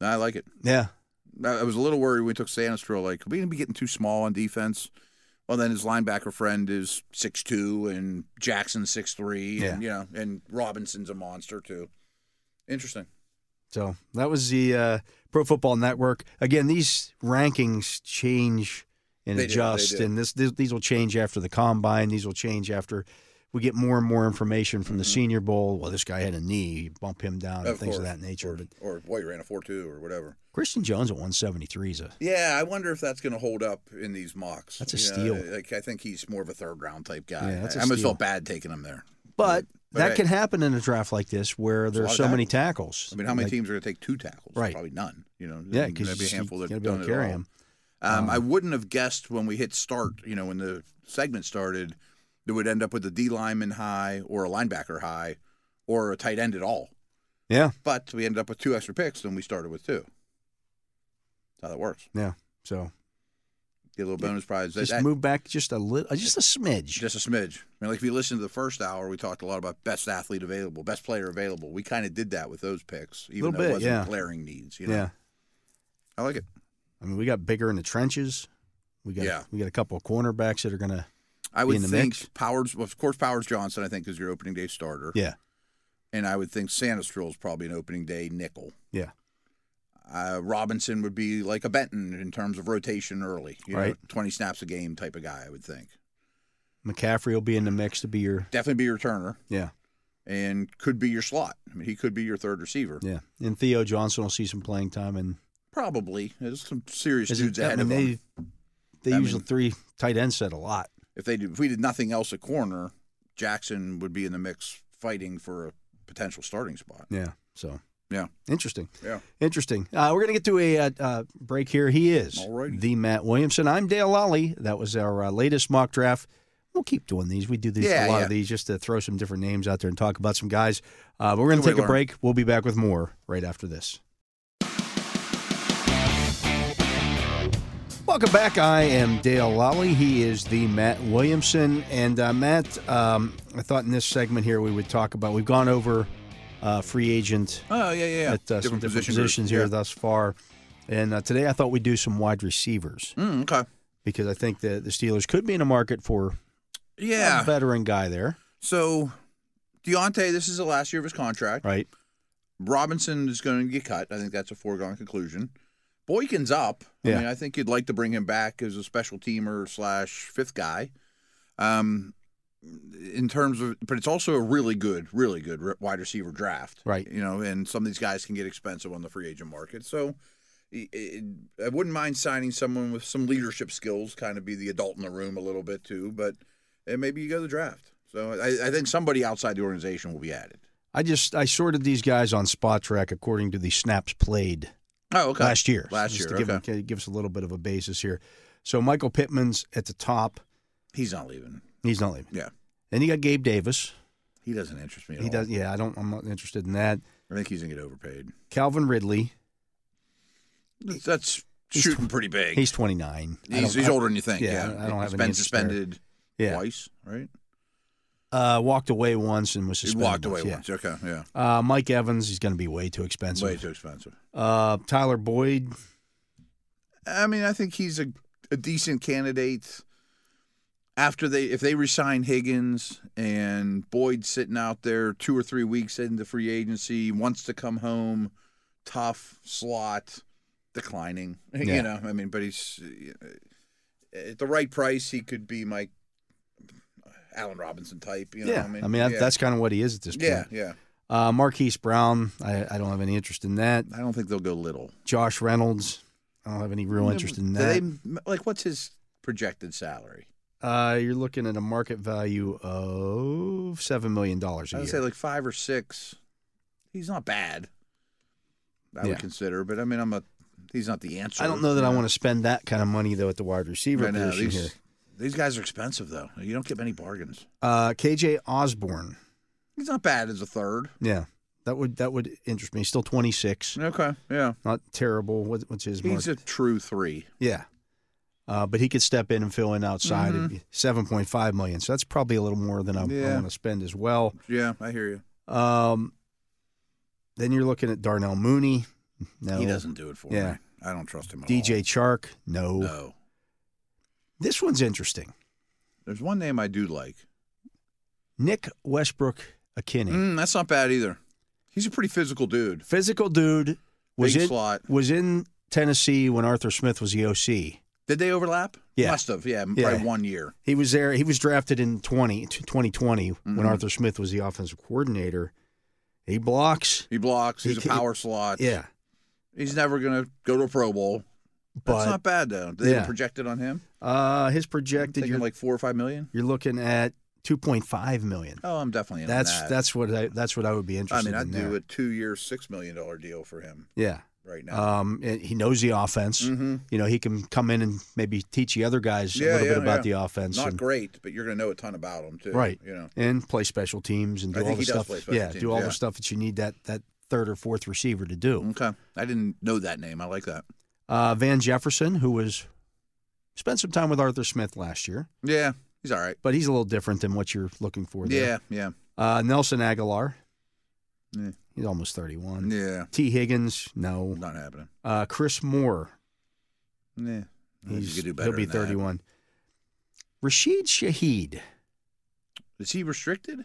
Speaker 2: No, I like it.
Speaker 1: Yeah,
Speaker 2: I I was a little worried when we took Sanistro. Like, are we gonna be getting too small on defense? Well, then his linebacker friend is six two, and Jackson six three,
Speaker 1: Yeah.
Speaker 2: and you know, and Robinson's a monster too. Interesting.
Speaker 1: So that was the uh, Pro Football Network. Again, these rankings change and
Speaker 2: They do, they
Speaker 1: adjust,
Speaker 2: do.
Speaker 1: and this, this these will change after the combine. These will change after we get more and more information from the Senior Bowl. Well, this guy had a knee; you bump him down and
Speaker 2: Mm-hmm. Of
Speaker 1: things
Speaker 2: course,
Speaker 1: of that nature.
Speaker 2: Or,
Speaker 1: But
Speaker 2: or boy, you ran a four two or whatever.
Speaker 1: Christian Jones at 173 is a
Speaker 2: Yeah, I wonder if that's going to hold up in these mocks.
Speaker 1: That's a
Speaker 2: You know,
Speaker 1: steal.
Speaker 2: Like I think he's more of a third round type guy.
Speaker 1: Yeah, that's a
Speaker 2: I almost
Speaker 1: steal.
Speaker 2: felt bad taking him there.
Speaker 1: but.
Speaker 2: But
Speaker 1: that
Speaker 2: hey.
Speaker 1: can happen in a draft like this where
Speaker 2: a
Speaker 1: there's
Speaker 2: lot of
Speaker 1: so many tackles.
Speaker 2: I mean, how many
Speaker 1: Like,
Speaker 2: teams are going to take two tackles?
Speaker 1: Right.
Speaker 2: Probably none. You know,
Speaker 1: Yeah,
Speaker 2: And
Speaker 1: because
Speaker 2: maybe a handful
Speaker 1: you
Speaker 2: that
Speaker 1: got to
Speaker 2: have
Speaker 1: be able
Speaker 2: done
Speaker 1: to
Speaker 2: it
Speaker 1: carry
Speaker 2: all.
Speaker 1: him. Uh-huh.
Speaker 2: Um, I wouldn't have guessed when we hit start. You know, when the segment started, that would end up with a D lineman high or a linebacker high or a tight end at all.
Speaker 1: Yeah.
Speaker 2: But we ended up with two extra picks than we started with two. That's how that works.
Speaker 1: So
Speaker 2: Get a little bonus prize. That-
Speaker 1: just
Speaker 2: that-
Speaker 1: move back just a little, just a smidge.
Speaker 2: just a smidge. I mean, like if you listen to the first hour, we talked a lot about best athlete available, best player available. We kind of did that with those picks, even
Speaker 1: Little
Speaker 2: though
Speaker 1: bit,
Speaker 2: it wasn't
Speaker 1: yeah.
Speaker 2: glaring needs. You know?
Speaker 1: yeah.
Speaker 2: I like it.
Speaker 1: I mean, we got bigger in the trenches. We got
Speaker 2: Yeah.
Speaker 1: we got a couple of cornerbacks that are gonna.
Speaker 2: I would
Speaker 1: in the
Speaker 2: think
Speaker 1: mix.
Speaker 2: Powers, well, of course, Powers Johnson. I think is your opening day starter.
Speaker 1: Yeah.
Speaker 2: and I would think Sanistril is probably an opening day nickel.
Speaker 1: Yeah.
Speaker 2: Uh, Robinson would be like a Benton in terms of rotation early, you know,
Speaker 1: Right.
Speaker 2: 20 snaps a game type of guy, I would think.
Speaker 1: McCaffrey will be in the mix to be your
Speaker 2: Definitely be your turner
Speaker 1: yeah
Speaker 2: and could be your slot. I mean, he could be your third receiver.
Speaker 1: yeah. And Theo Johnson will see some playing time and
Speaker 2: Probably. There's some serious
Speaker 1: Is it-
Speaker 2: dudes
Speaker 1: I
Speaker 2: ahead
Speaker 1: mean,
Speaker 2: of him.
Speaker 1: they they
Speaker 2: I
Speaker 1: usually
Speaker 2: mean-
Speaker 1: three tight ends set a lot.
Speaker 2: if they did, if we did nothing else at corner, Jackson would be in the mix fighting for a potential starting spot.
Speaker 1: Yeah. So
Speaker 2: Yeah.
Speaker 1: interesting.
Speaker 2: Yeah.
Speaker 1: Interesting. Uh, we're gonna get to a uh, uh, break here. He is
Speaker 2: Alrighty.
Speaker 1: the Matt Williamson. I'm Dale Lally. That was our uh, latest mock draft. We'll keep doing these. We do these
Speaker 2: Yeah,
Speaker 1: a lot
Speaker 2: yeah.
Speaker 1: of these just to throw some different names out there and talk about some guys. Uh, but we're gonna
Speaker 2: Good way
Speaker 1: take
Speaker 2: to
Speaker 1: a
Speaker 2: learn.
Speaker 1: break. We'll be back with more right after this. Welcome back. I am Dale Lally. He is the Matt Williamson. And uh, Matt, um, I thought in this segment here we would talk about, we've gone over uh, free agent
Speaker 2: Oh yeah, yeah.
Speaker 1: at uh, some different
Speaker 2: groups.
Speaker 1: positions here
Speaker 2: Yeah.
Speaker 1: thus far. And uh, today I thought we'd do some wide receivers
Speaker 2: Mm, okay.
Speaker 1: because I think that the Steelers could be in a market for a
Speaker 2: Yeah.
Speaker 1: veteran guy there,
Speaker 2: So Deontay, this is the last year of his contract.
Speaker 1: right?
Speaker 2: Robinson is going to get cut. I think that's a foregone conclusion. Boykin's up. I
Speaker 1: Yeah.
Speaker 2: mean, I think you'd like to bring him back as a special teamer slash fifth guy. Um, in terms of, but it's also a really good, really good re- wide receiver draft.
Speaker 1: Right.
Speaker 2: You know, and some of these guys can get expensive on the free agent market. So i i I wouldn't mind signing someone with some leadership skills, kind of be the adult in the room a little bit too, but and maybe you go to the draft. So I, I think somebody outside the organization will be added.
Speaker 1: I just I sorted these guys on Spot Track according to the snaps played
Speaker 2: Oh, okay.
Speaker 1: last year.
Speaker 2: Last
Speaker 1: just
Speaker 2: year,
Speaker 1: to give,
Speaker 2: okay.
Speaker 1: give us a little bit of a basis here. So Michael Pittman's at the top.
Speaker 2: He's not leaving.
Speaker 1: He's not leaving.
Speaker 2: Yeah.
Speaker 1: Then you got Gabe Davis.
Speaker 2: He doesn't interest me at
Speaker 1: He
Speaker 2: all.
Speaker 1: does. Yeah, I don't. I'm not interested in that.
Speaker 2: I think he's gonna get overpaid.
Speaker 1: Calvin Ridley.
Speaker 2: That's, that's
Speaker 1: He's
Speaker 2: shooting pretty big.
Speaker 1: He's 29. I
Speaker 2: he's,
Speaker 1: don't-
Speaker 2: he's
Speaker 1: I-
Speaker 2: older than you think.
Speaker 1: yeah,
Speaker 2: Yeah,
Speaker 1: I don't- I don't have
Speaker 2: he's
Speaker 1: any
Speaker 2: been
Speaker 1: interest there.
Speaker 2: suspended
Speaker 1: Yeah.
Speaker 2: twice, right?
Speaker 1: Uh, walked away once and was
Speaker 2: He
Speaker 1: suspended.
Speaker 2: walked away
Speaker 1: yeah.
Speaker 2: once. Okay, yeah,
Speaker 1: Uh, Mike Evans. He's going to be way too expensive.
Speaker 2: way too expensive.
Speaker 1: Uh, Tyler Boyd.
Speaker 2: I mean, I think he's a, a decent candidate. After they, if they resign Higgins and Boyd sitting out there two or three weeks into free agency, wants to come home, tough slot, declining.
Speaker 1: Yeah.
Speaker 2: You know, I mean, but he's uh, at the right price. He could be my Allen Robinson type. You know,
Speaker 1: yeah.
Speaker 2: what I mean,
Speaker 1: that-
Speaker 2: Yeah.
Speaker 1: that's kind of what he is at this point.
Speaker 2: yeah, yeah.
Speaker 1: Uh, Marquise Brown. I, I don't have any interest in that.
Speaker 2: I don't think they'll go little.
Speaker 1: Josh Reynolds. I don't have any real interest in
Speaker 2: Do
Speaker 1: that.
Speaker 2: They, like, what's his projected salary?
Speaker 1: Uh, you're looking at a market value of seven million dollars
Speaker 2: I
Speaker 1: a year.
Speaker 2: would say like five or six. He's not bad. I
Speaker 1: Yeah.
Speaker 2: would consider, but I mean, I'm a. He's not the answer.
Speaker 1: I don't know that I want to spend that kind of money though at the wide receiver
Speaker 2: Right now,
Speaker 1: position
Speaker 2: these,
Speaker 1: here.
Speaker 2: these guys are expensive though. You don't get many bargains.
Speaker 1: Uh, KJ Osborne.
Speaker 2: He's not bad as a third.
Speaker 1: Yeah, that would that would interest me. He's Still 26,
Speaker 2: Okay, yeah.
Speaker 1: not terrible. What, what's his
Speaker 2: He's
Speaker 1: market?
Speaker 2: a true three.
Speaker 1: yeah, uh, but he could step in and fill in outside. It'd be 7.5 million. So that's probably a little more than I, I
Speaker 2: Mm-hmm. Yeah.
Speaker 1: want to spend as well.
Speaker 2: Yeah, I hear you.
Speaker 1: Um, then you're looking at Darnell Mooney. No,
Speaker 2: He doesn't do it for
Speaker 1: Yeah.
Speaker 2: me. I don't trust him at all.
Speaker 1: DJ Chark. No.
Speaker 2: No.
Speaker 1: This one's interesting.
Speaker 2: There's one name I do like.
Speaker 1: Nick Westbrook Akinney.
Speaker 2: Mm, that's not bad either. He's a pretty physical dude.
Speaker 1: Physical dude was
Speaker 2: Big
Speaker 1: in
Speaker 2: slot.
Speaker 1: was in Tennessee when Arthur Smith was the OC.
Speaker 2: Did they overlap?
Speaker 1: Yeah.
Speaker 2: Must have. Yeah,
Speaker 1: Yeah.
Speaker 2: probably one year.
Speaker 1: He was there. He was drafted in 20, 2020 when
Speaker 2: Mhm.
Speaker 1: Arthur Smith was the offensive coordinator. He blocks.
Speaker 2: He blocks.
Speaker 1: He
Speaker 2: He's
Speaker 1: ca-
Speaker 2: a power slot.
Speaker 1: Yeah,
Speaker 2: He's never going to go to a Pro Bowl.
Speaker 1: but
Speaker 2: That's not bad though. They
Speaker 1: Yeah.
Speaker 2: projected on him.
Speaker 1: uh, his
Speaker 2: I'm
Speaker 1: projected
Speaker 2: thinking
Speaker 1: you're,
Speaker 2: like four or five million.
Speaker 1: you're looking at two point five million.
Speaker 2: Oh, I'm definitely in on
Speaker 1: that's
Speaker 2: that.
Speaker 1: that's what I, that's what I would be
Speaker 2: I
Speaker 1: interested.
Speaker 2: mean, I'd
Speaker 1: in
Speaker 2: do
Speaker 1: there.
Speaker 2: a two-year, six million dollar deal for him
Speaker 1: Yeah,
Speaker 2: right now.
Speaker 1: um, and he knows the offense.
Speaker 2: hmm
Speaker 1: You know, he can come in and maybe teach the other guys a
Speaker 2: Yeah,
Speaker 1: little
Speaker 2: yeah,
Speaker 1: bit about
Speaker 2: yeah.
Speaker 1: the offense.
Speaker 2: Not
Speaker 1: and,
Speaker 2: great, but you're going to know a ton about him too.
Speaker 1: Right.
Speaker 2: You know.
Speaker 1: and play special teams and do
Speaker 2: I
Speaker 1: all
Speaker 2: think
Speaker 1: the
Speaker 2: he does
Speaker 1: stuff.
Speaker 2: play special
Speaker 1: yeah,
Speaker 2: teams,
Speaker 1: do all
Speaker 2: yeah. Mm-hmm.
Speaker 1: the stuff that you need that that third or fourth receiver to do.
Speaker 2: Okay. I didn't know that name. I like that.
Speaker 1: Uh, Van Jefferson, who was spent some time with Arthur Smith last year,
Speaker 2: Yeah. He's all right.
Speaker 1: but he's a little different than what you're looking for there.
Speaker 2: Yeah. Yeah.
Speaker 1: Uh, Nelson Aguilar.
Speaker 2: Yeah.
Speaker 1: He's almost 31.
Speaker 2: Yeah.
Speaker 1: T. Higgins, no.
Speaker 2: Not happening.
Speaker 1: Uh, Chris Moore.
Speaker 2: Yeah. I think
Speaker 1: He's,
Speaker 2: you could do better
Speaker 1: he'll be
Speaker 2: than that.
Speaker 1: 31. Rashid Shaheed.
Speaker 2: Is he restricted?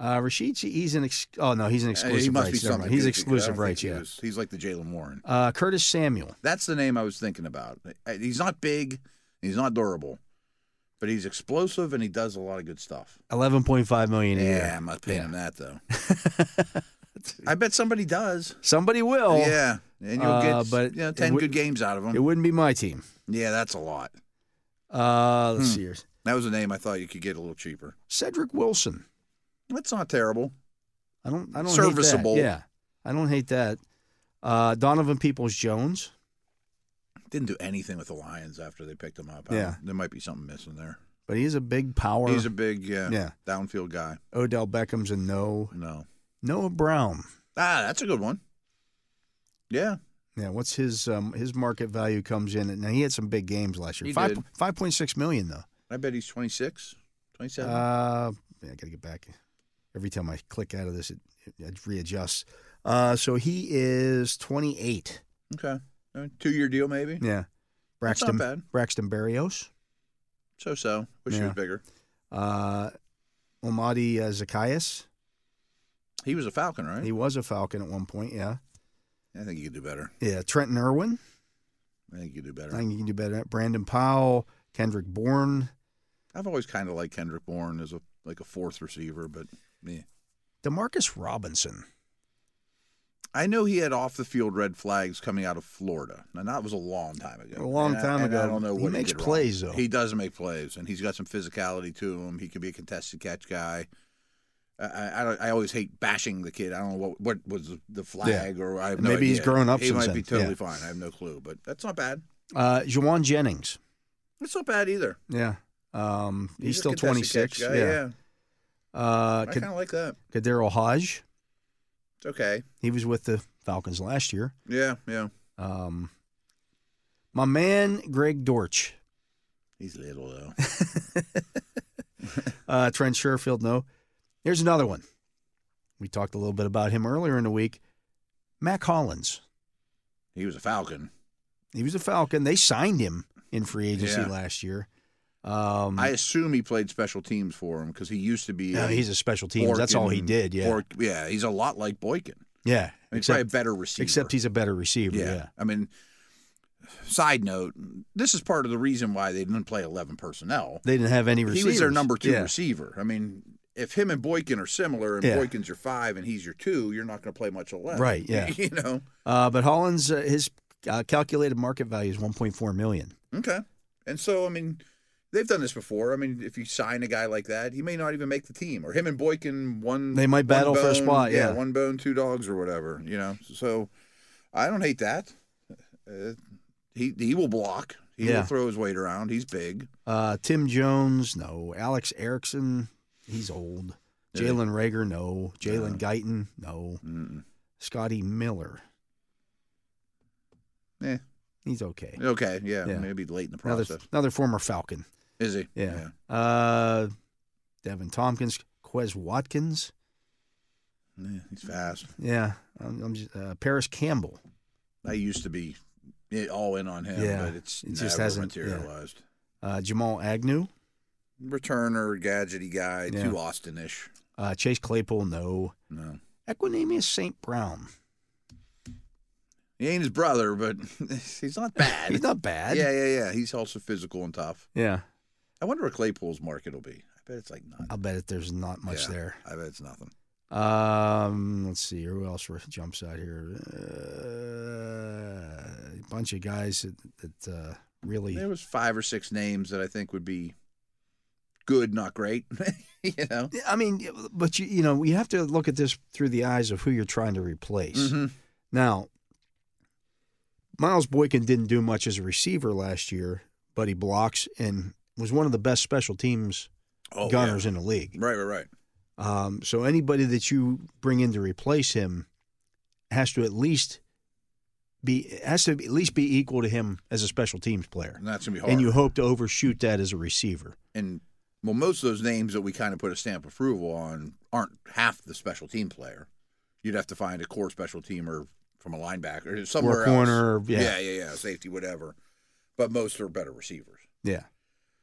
Speaker 1: Uh, Rashid, Shaheed- he's an ex- oh no, he's an
Speaker 2: Uh,
Speaker 1: exclusive
Speaker 2: he must
Speaker 1: rights.
Speaker 2: be
Speaker 1: Never
Speaker 2: something.
Speaker 1: mind. He's
Speaker 2: goofy, 'cause I don't
Speaker 1: exclusive
Speaker 2: think
Speaker 1: rights.
Speaker 2: he
Speaker 1: Yeah.
Speaker 2: was- He's like the Jalen Warren.
Speaker 1: Uh, Curtis Samuel.
Speaker 2: That's the name I was thinking about. I- He's not big. He's not durable. But he's explosive and he does a lot of good stuff.
Speaker 1: Eleven point five million a
Speaker 2: Yeah,
Speaker 1: year.
Speaker 2: I'm not paying him that though. I bet somebody does.
Speaker 1: Somebody will.
Speaker 2: Yeah, and you'll
Speaker 1: Oh. Uh,
Speaker 2: get
Speaker 1: but
Speaker 2: you know,
Speaker 1: it
Speaker 2: ten
Speaker 1: would-
Speaker 2: good games out of him.
Speaker 1: It wouldn't be my team.
Speaker 2: yeah, that's a lot.
Speaker 1: Uh, let's
Speaker 2: Hmm.
Speaker 1: see here.
Speaker 2: That was a name I thought you could get a little cheaper.
Speaker 1: Cedric Wilson.
Speaker 2: That's not terrible.
Speaker 1: I don't. I don't.
Speaker 2: Serviceable.
Speaker 1: Hate that. Yeah. I don't hate that. Uh, Donovan Peoples Jones.
Speaker 2: Didn't do anything with the Lions after they picked him up. I
Speaker 1: Yeah.
Speaker 2: don't- there might be something missing there.
Speaker 1: But he's a big power.
Speaker 2: He's a big yeah,
Speaker 1: Yeah.
Speaker 2: downfield guy.
Speaker 1: Odell Beckham's a no.
Speaker 2: No,
Speaker 1: Noah Brown.
Speaker 2: ah, that's a good one. Yeah,
Speaker 1: Yeah, what's his um, his market value comes in? at- Now he had some big games last year.
Speaker 2: He
Speaker 1: five
Speaker 2: did.
Speaker 1: five point six million though.
Speaker 2: I bet he's 26, 27.
Speaker 1: Uh, yeah, I got to get back. Every time I click out of this, it, it, it readjusts. Uh, so he is twenty eight.
Speaker 2: okay, two year deal maybe.
Speaker 1: Yeah,
Speaker 2: That's not
Speaker 1: Braxton
Speaker 2: bad.
Speaker 1: Braxton Berrios,
Speaker 2: So so. Wish he
Speaker 1: Yeah.
Speaker 2: was bigger.
Speaker 1: uh, Omadi uh, Zacchaeus.
Speaker 2: He was a Falcon, right?
Speaker 1: He was a Falcon at one point. Yeah,
Speaker 2: I think you could do better.
Speaker 1: yeah. Trenton Irwin.
Speaker 2: I think you could do
Speaker 1: I
Speaker 2: better.
Speaker 1: think you can do better. Brandon Powell, Kendrick Bourne,
Speaker 2: I've always kind of liked Kendrick Bourne as a like a fourth receiver, but yeah.
Speaker 1: Demarcus Robinson.
Speaker 2: I know he had off the field red flags coming out of Florida, and that was a long time ago.
Speaker 1: A long
Speaker 2: And I-
Speaker 1: time
Speaker 2: and
Speaker 1: ago.
Speaker 2: I don't know
Speaker 1: He
Speaker 2: what
Speaker 1: makes
Speaker 2: did wrong.
Speaker 1: plays, though.
Speaker 2: He does make plays, and he's got some physicality to him. He could be a contested catch guy. I I, I, don't- I always hate bashing the kid. I don't know what what was the flag or I have
Speaker 1: And
Speaker 2: no
Speaker 1: maybe he's
Speaker 2: idea.
Speaker 1: grown up
Speaker 2: He
Speaker 1: since
Speaker 2: might
Speaker 1: then.
Speaker 2: be totally
Speaker 1: Yeah.
Speaker 2: fine. I have no clue, but that's not bad.
Speaker 1: Uh, Juwan Jennings.
Speaker 2: That's not bad either.
Speaker 1: Yeah. Um, he's,
Speaker 2: a
Speaker 1: still
Speaker 2: contested
Speaker 1: 26.
Speaker 2: catch
Speaker 1: Yeah.
Speaker 2: guy,
Speaker 1: Uh,
Speaker 2: I
Speaker 1: Kad-
Speaker 2: kind of like that.
Speaker 1: Kadero Hodge.
Speaker 2: It's okay.
Speaker 1: He was with the Falcons last year.
Speaker 2: Yeah, yeah.
Speaker 1: Um, my man, Greg Dortch.
Speaker 2: He's little though.
Speaker 1: Uh, Trent Sherfield, no. Here's another one. We talked a little bit about him earlier in the week. Mac Hollins.
Speaker 2: he was a Falcon.
Speaker 1: He was a Falcon. They signed him in free agency
Speaker 2: Yeah.
Speaker 1: last year. Um,
Speaker 2: I assume he played special teams for him because he used to be.
Speaker 1: no,
Speaker 2: a
Speaker 1: he's a special teams. That's all he
Speaker 2: Boykin-
Speaker 1: did. Yeah.
Speaker 2: Boy- yeah, he's a lot like Boykin.
Speaker 1: yeah.
Speaker 2: I mean, he's probably a
Speaker 1: Except,
Speaker 2: better receiver.
Speaker 1: except he's a better receiver.
Speaker 2: yeah.
Speaker 1: Yeah.
Speaker 2: I mean, side note: this is part of the reason why they didn't play eleven personnel.
Speaker 1: They didn't have any receivers.
Speaker 2: He was their number two
Speaker 1: Yeah.
Speaker 2: receiver. I mean, if him and Boykin are similar, and
Speaker 1: Yeah.
Speaker 2: Boykin's your five and he's your two, you're not going to play much eleven,
Speaker 1: Right, yeah.
Speaker 2: you know.
Speaker 1: Uh, but Hollins, uh, his uh, calculated market value is 1.4 million.
Speaker 2: Okay. And so, I mean, they've done this before. I mean, if you sign a guy like that, he may not even make the team. Or him and Boykin, one.
Speaker 1: They might
Speaker 2: one
Speaker 1: battle for a
Speaker 2: bone-
Speaker 1: spot, yeah.
Speaker 2: one bone, two dogs, or whatever. You know. So, I don't hate that. Uh, he he will block. He
Speaker 1: Yeah.
Speaker 2: will throw his weight around. He's big.
Speaker 1: Uh, Tim Jones, no. Alex Erickson, he's old.
Speaker 2: Yeah.
Speaker 1: Jalen Rager, no. Jalen Guyton, no.
Speaker 2: Mm-mm.
Speaker 1: Scotty Miller.
Speaker 2: Eh.
Speaker 1: He's okay.
Speaker 2: Okay. Yeah,
Speaker 1: Yeah.
Speaker 2: Maybe late in the
Speaker 1: Another,
Speaker 2: process.
Speaker 1: another former Falcon.
Speaker 2: Is he?
Speaker 1: Yeah. Uh, Devin Tompkins, Quez Watkins.
Speaker 2: Yeah. Yeah, He's fast.
Speaker 1: Yeah. I'm, I'm just, uh, Paris Campbell.
Speaker 2: I used to be eh, all in on him,
Speaker 1: Yeah.
Speaker 2: but it's
Speaker 1: It
Speaker 2: it
Speaker 1: just
Speaker 2: just
Speaker 1: hasn't-
Speaker 2: hasn't
Speaker 1: yeah.
Speaker 2: materialized.
Speaker 1: Uh, Jamal Agnew.
Speaker 2: Returner, gadgety guy,
Speaker 1: Yeah.
Speaker 2: too Austin-ish.
Speaker 1: Uh, Chase Claypool, no.
Speaker 2: No.
Speaker 1: Equinemius St. Brown.
Speaker 2: He ain't his brother, but he's not bad.
Speaker 1: He's not bad.
Speaker 2: Yeah, yeah, yeah. He's also physical and tough.
Speaker 1: Yeah.
Speaker 2: I wonder what Claypool's market will be. I bet it's like nothing.
Speaker 1: I'll bet it there's not much
Speaker 2: Yeah,
Speaker 1: there.
Speaker 2: I bet it's nothing.
Speaker 1: Um, let's see here. Who else re- jumps out here? Uh, a bunch of guys that, that uh, really.
Speaker 2: There was five or six names that I think would be good, not great. you know.
Speaker 1: I mean, but you you know you have to look at this through the eyes of who you're trying to replace.
Speaker 2: Mhm.
Speaker 1: Now, Miles Boykin didn't do much as a receiver last year, but he blocks and was one of the best special teams
Speaker 2: Oh,
Speaker 1: gunners in the league.
Speaker 2: yeah. Right, right, right.
Speaker 1: Um, so anybody that you bring in to replace him has to at least be has to at least be equal to him as a special teams player.
Speaker 2: and that's gonna be hard.
Speaker 1: And you hope to overshoot that as a receiver.
Speaker 2: and well, most of those names that we kind of put a stamp of approval on aren't half the special team player. You'd have to find a core special teamer from a linebacker somewhere
Speaker 1: or a
Speaker 2: else.
Speaker 1: corner, or- yeah.
Speaker 2: yeah, yeah, yeah, safety, whatever. But most are better receivers.
Speaker 1: Yeah.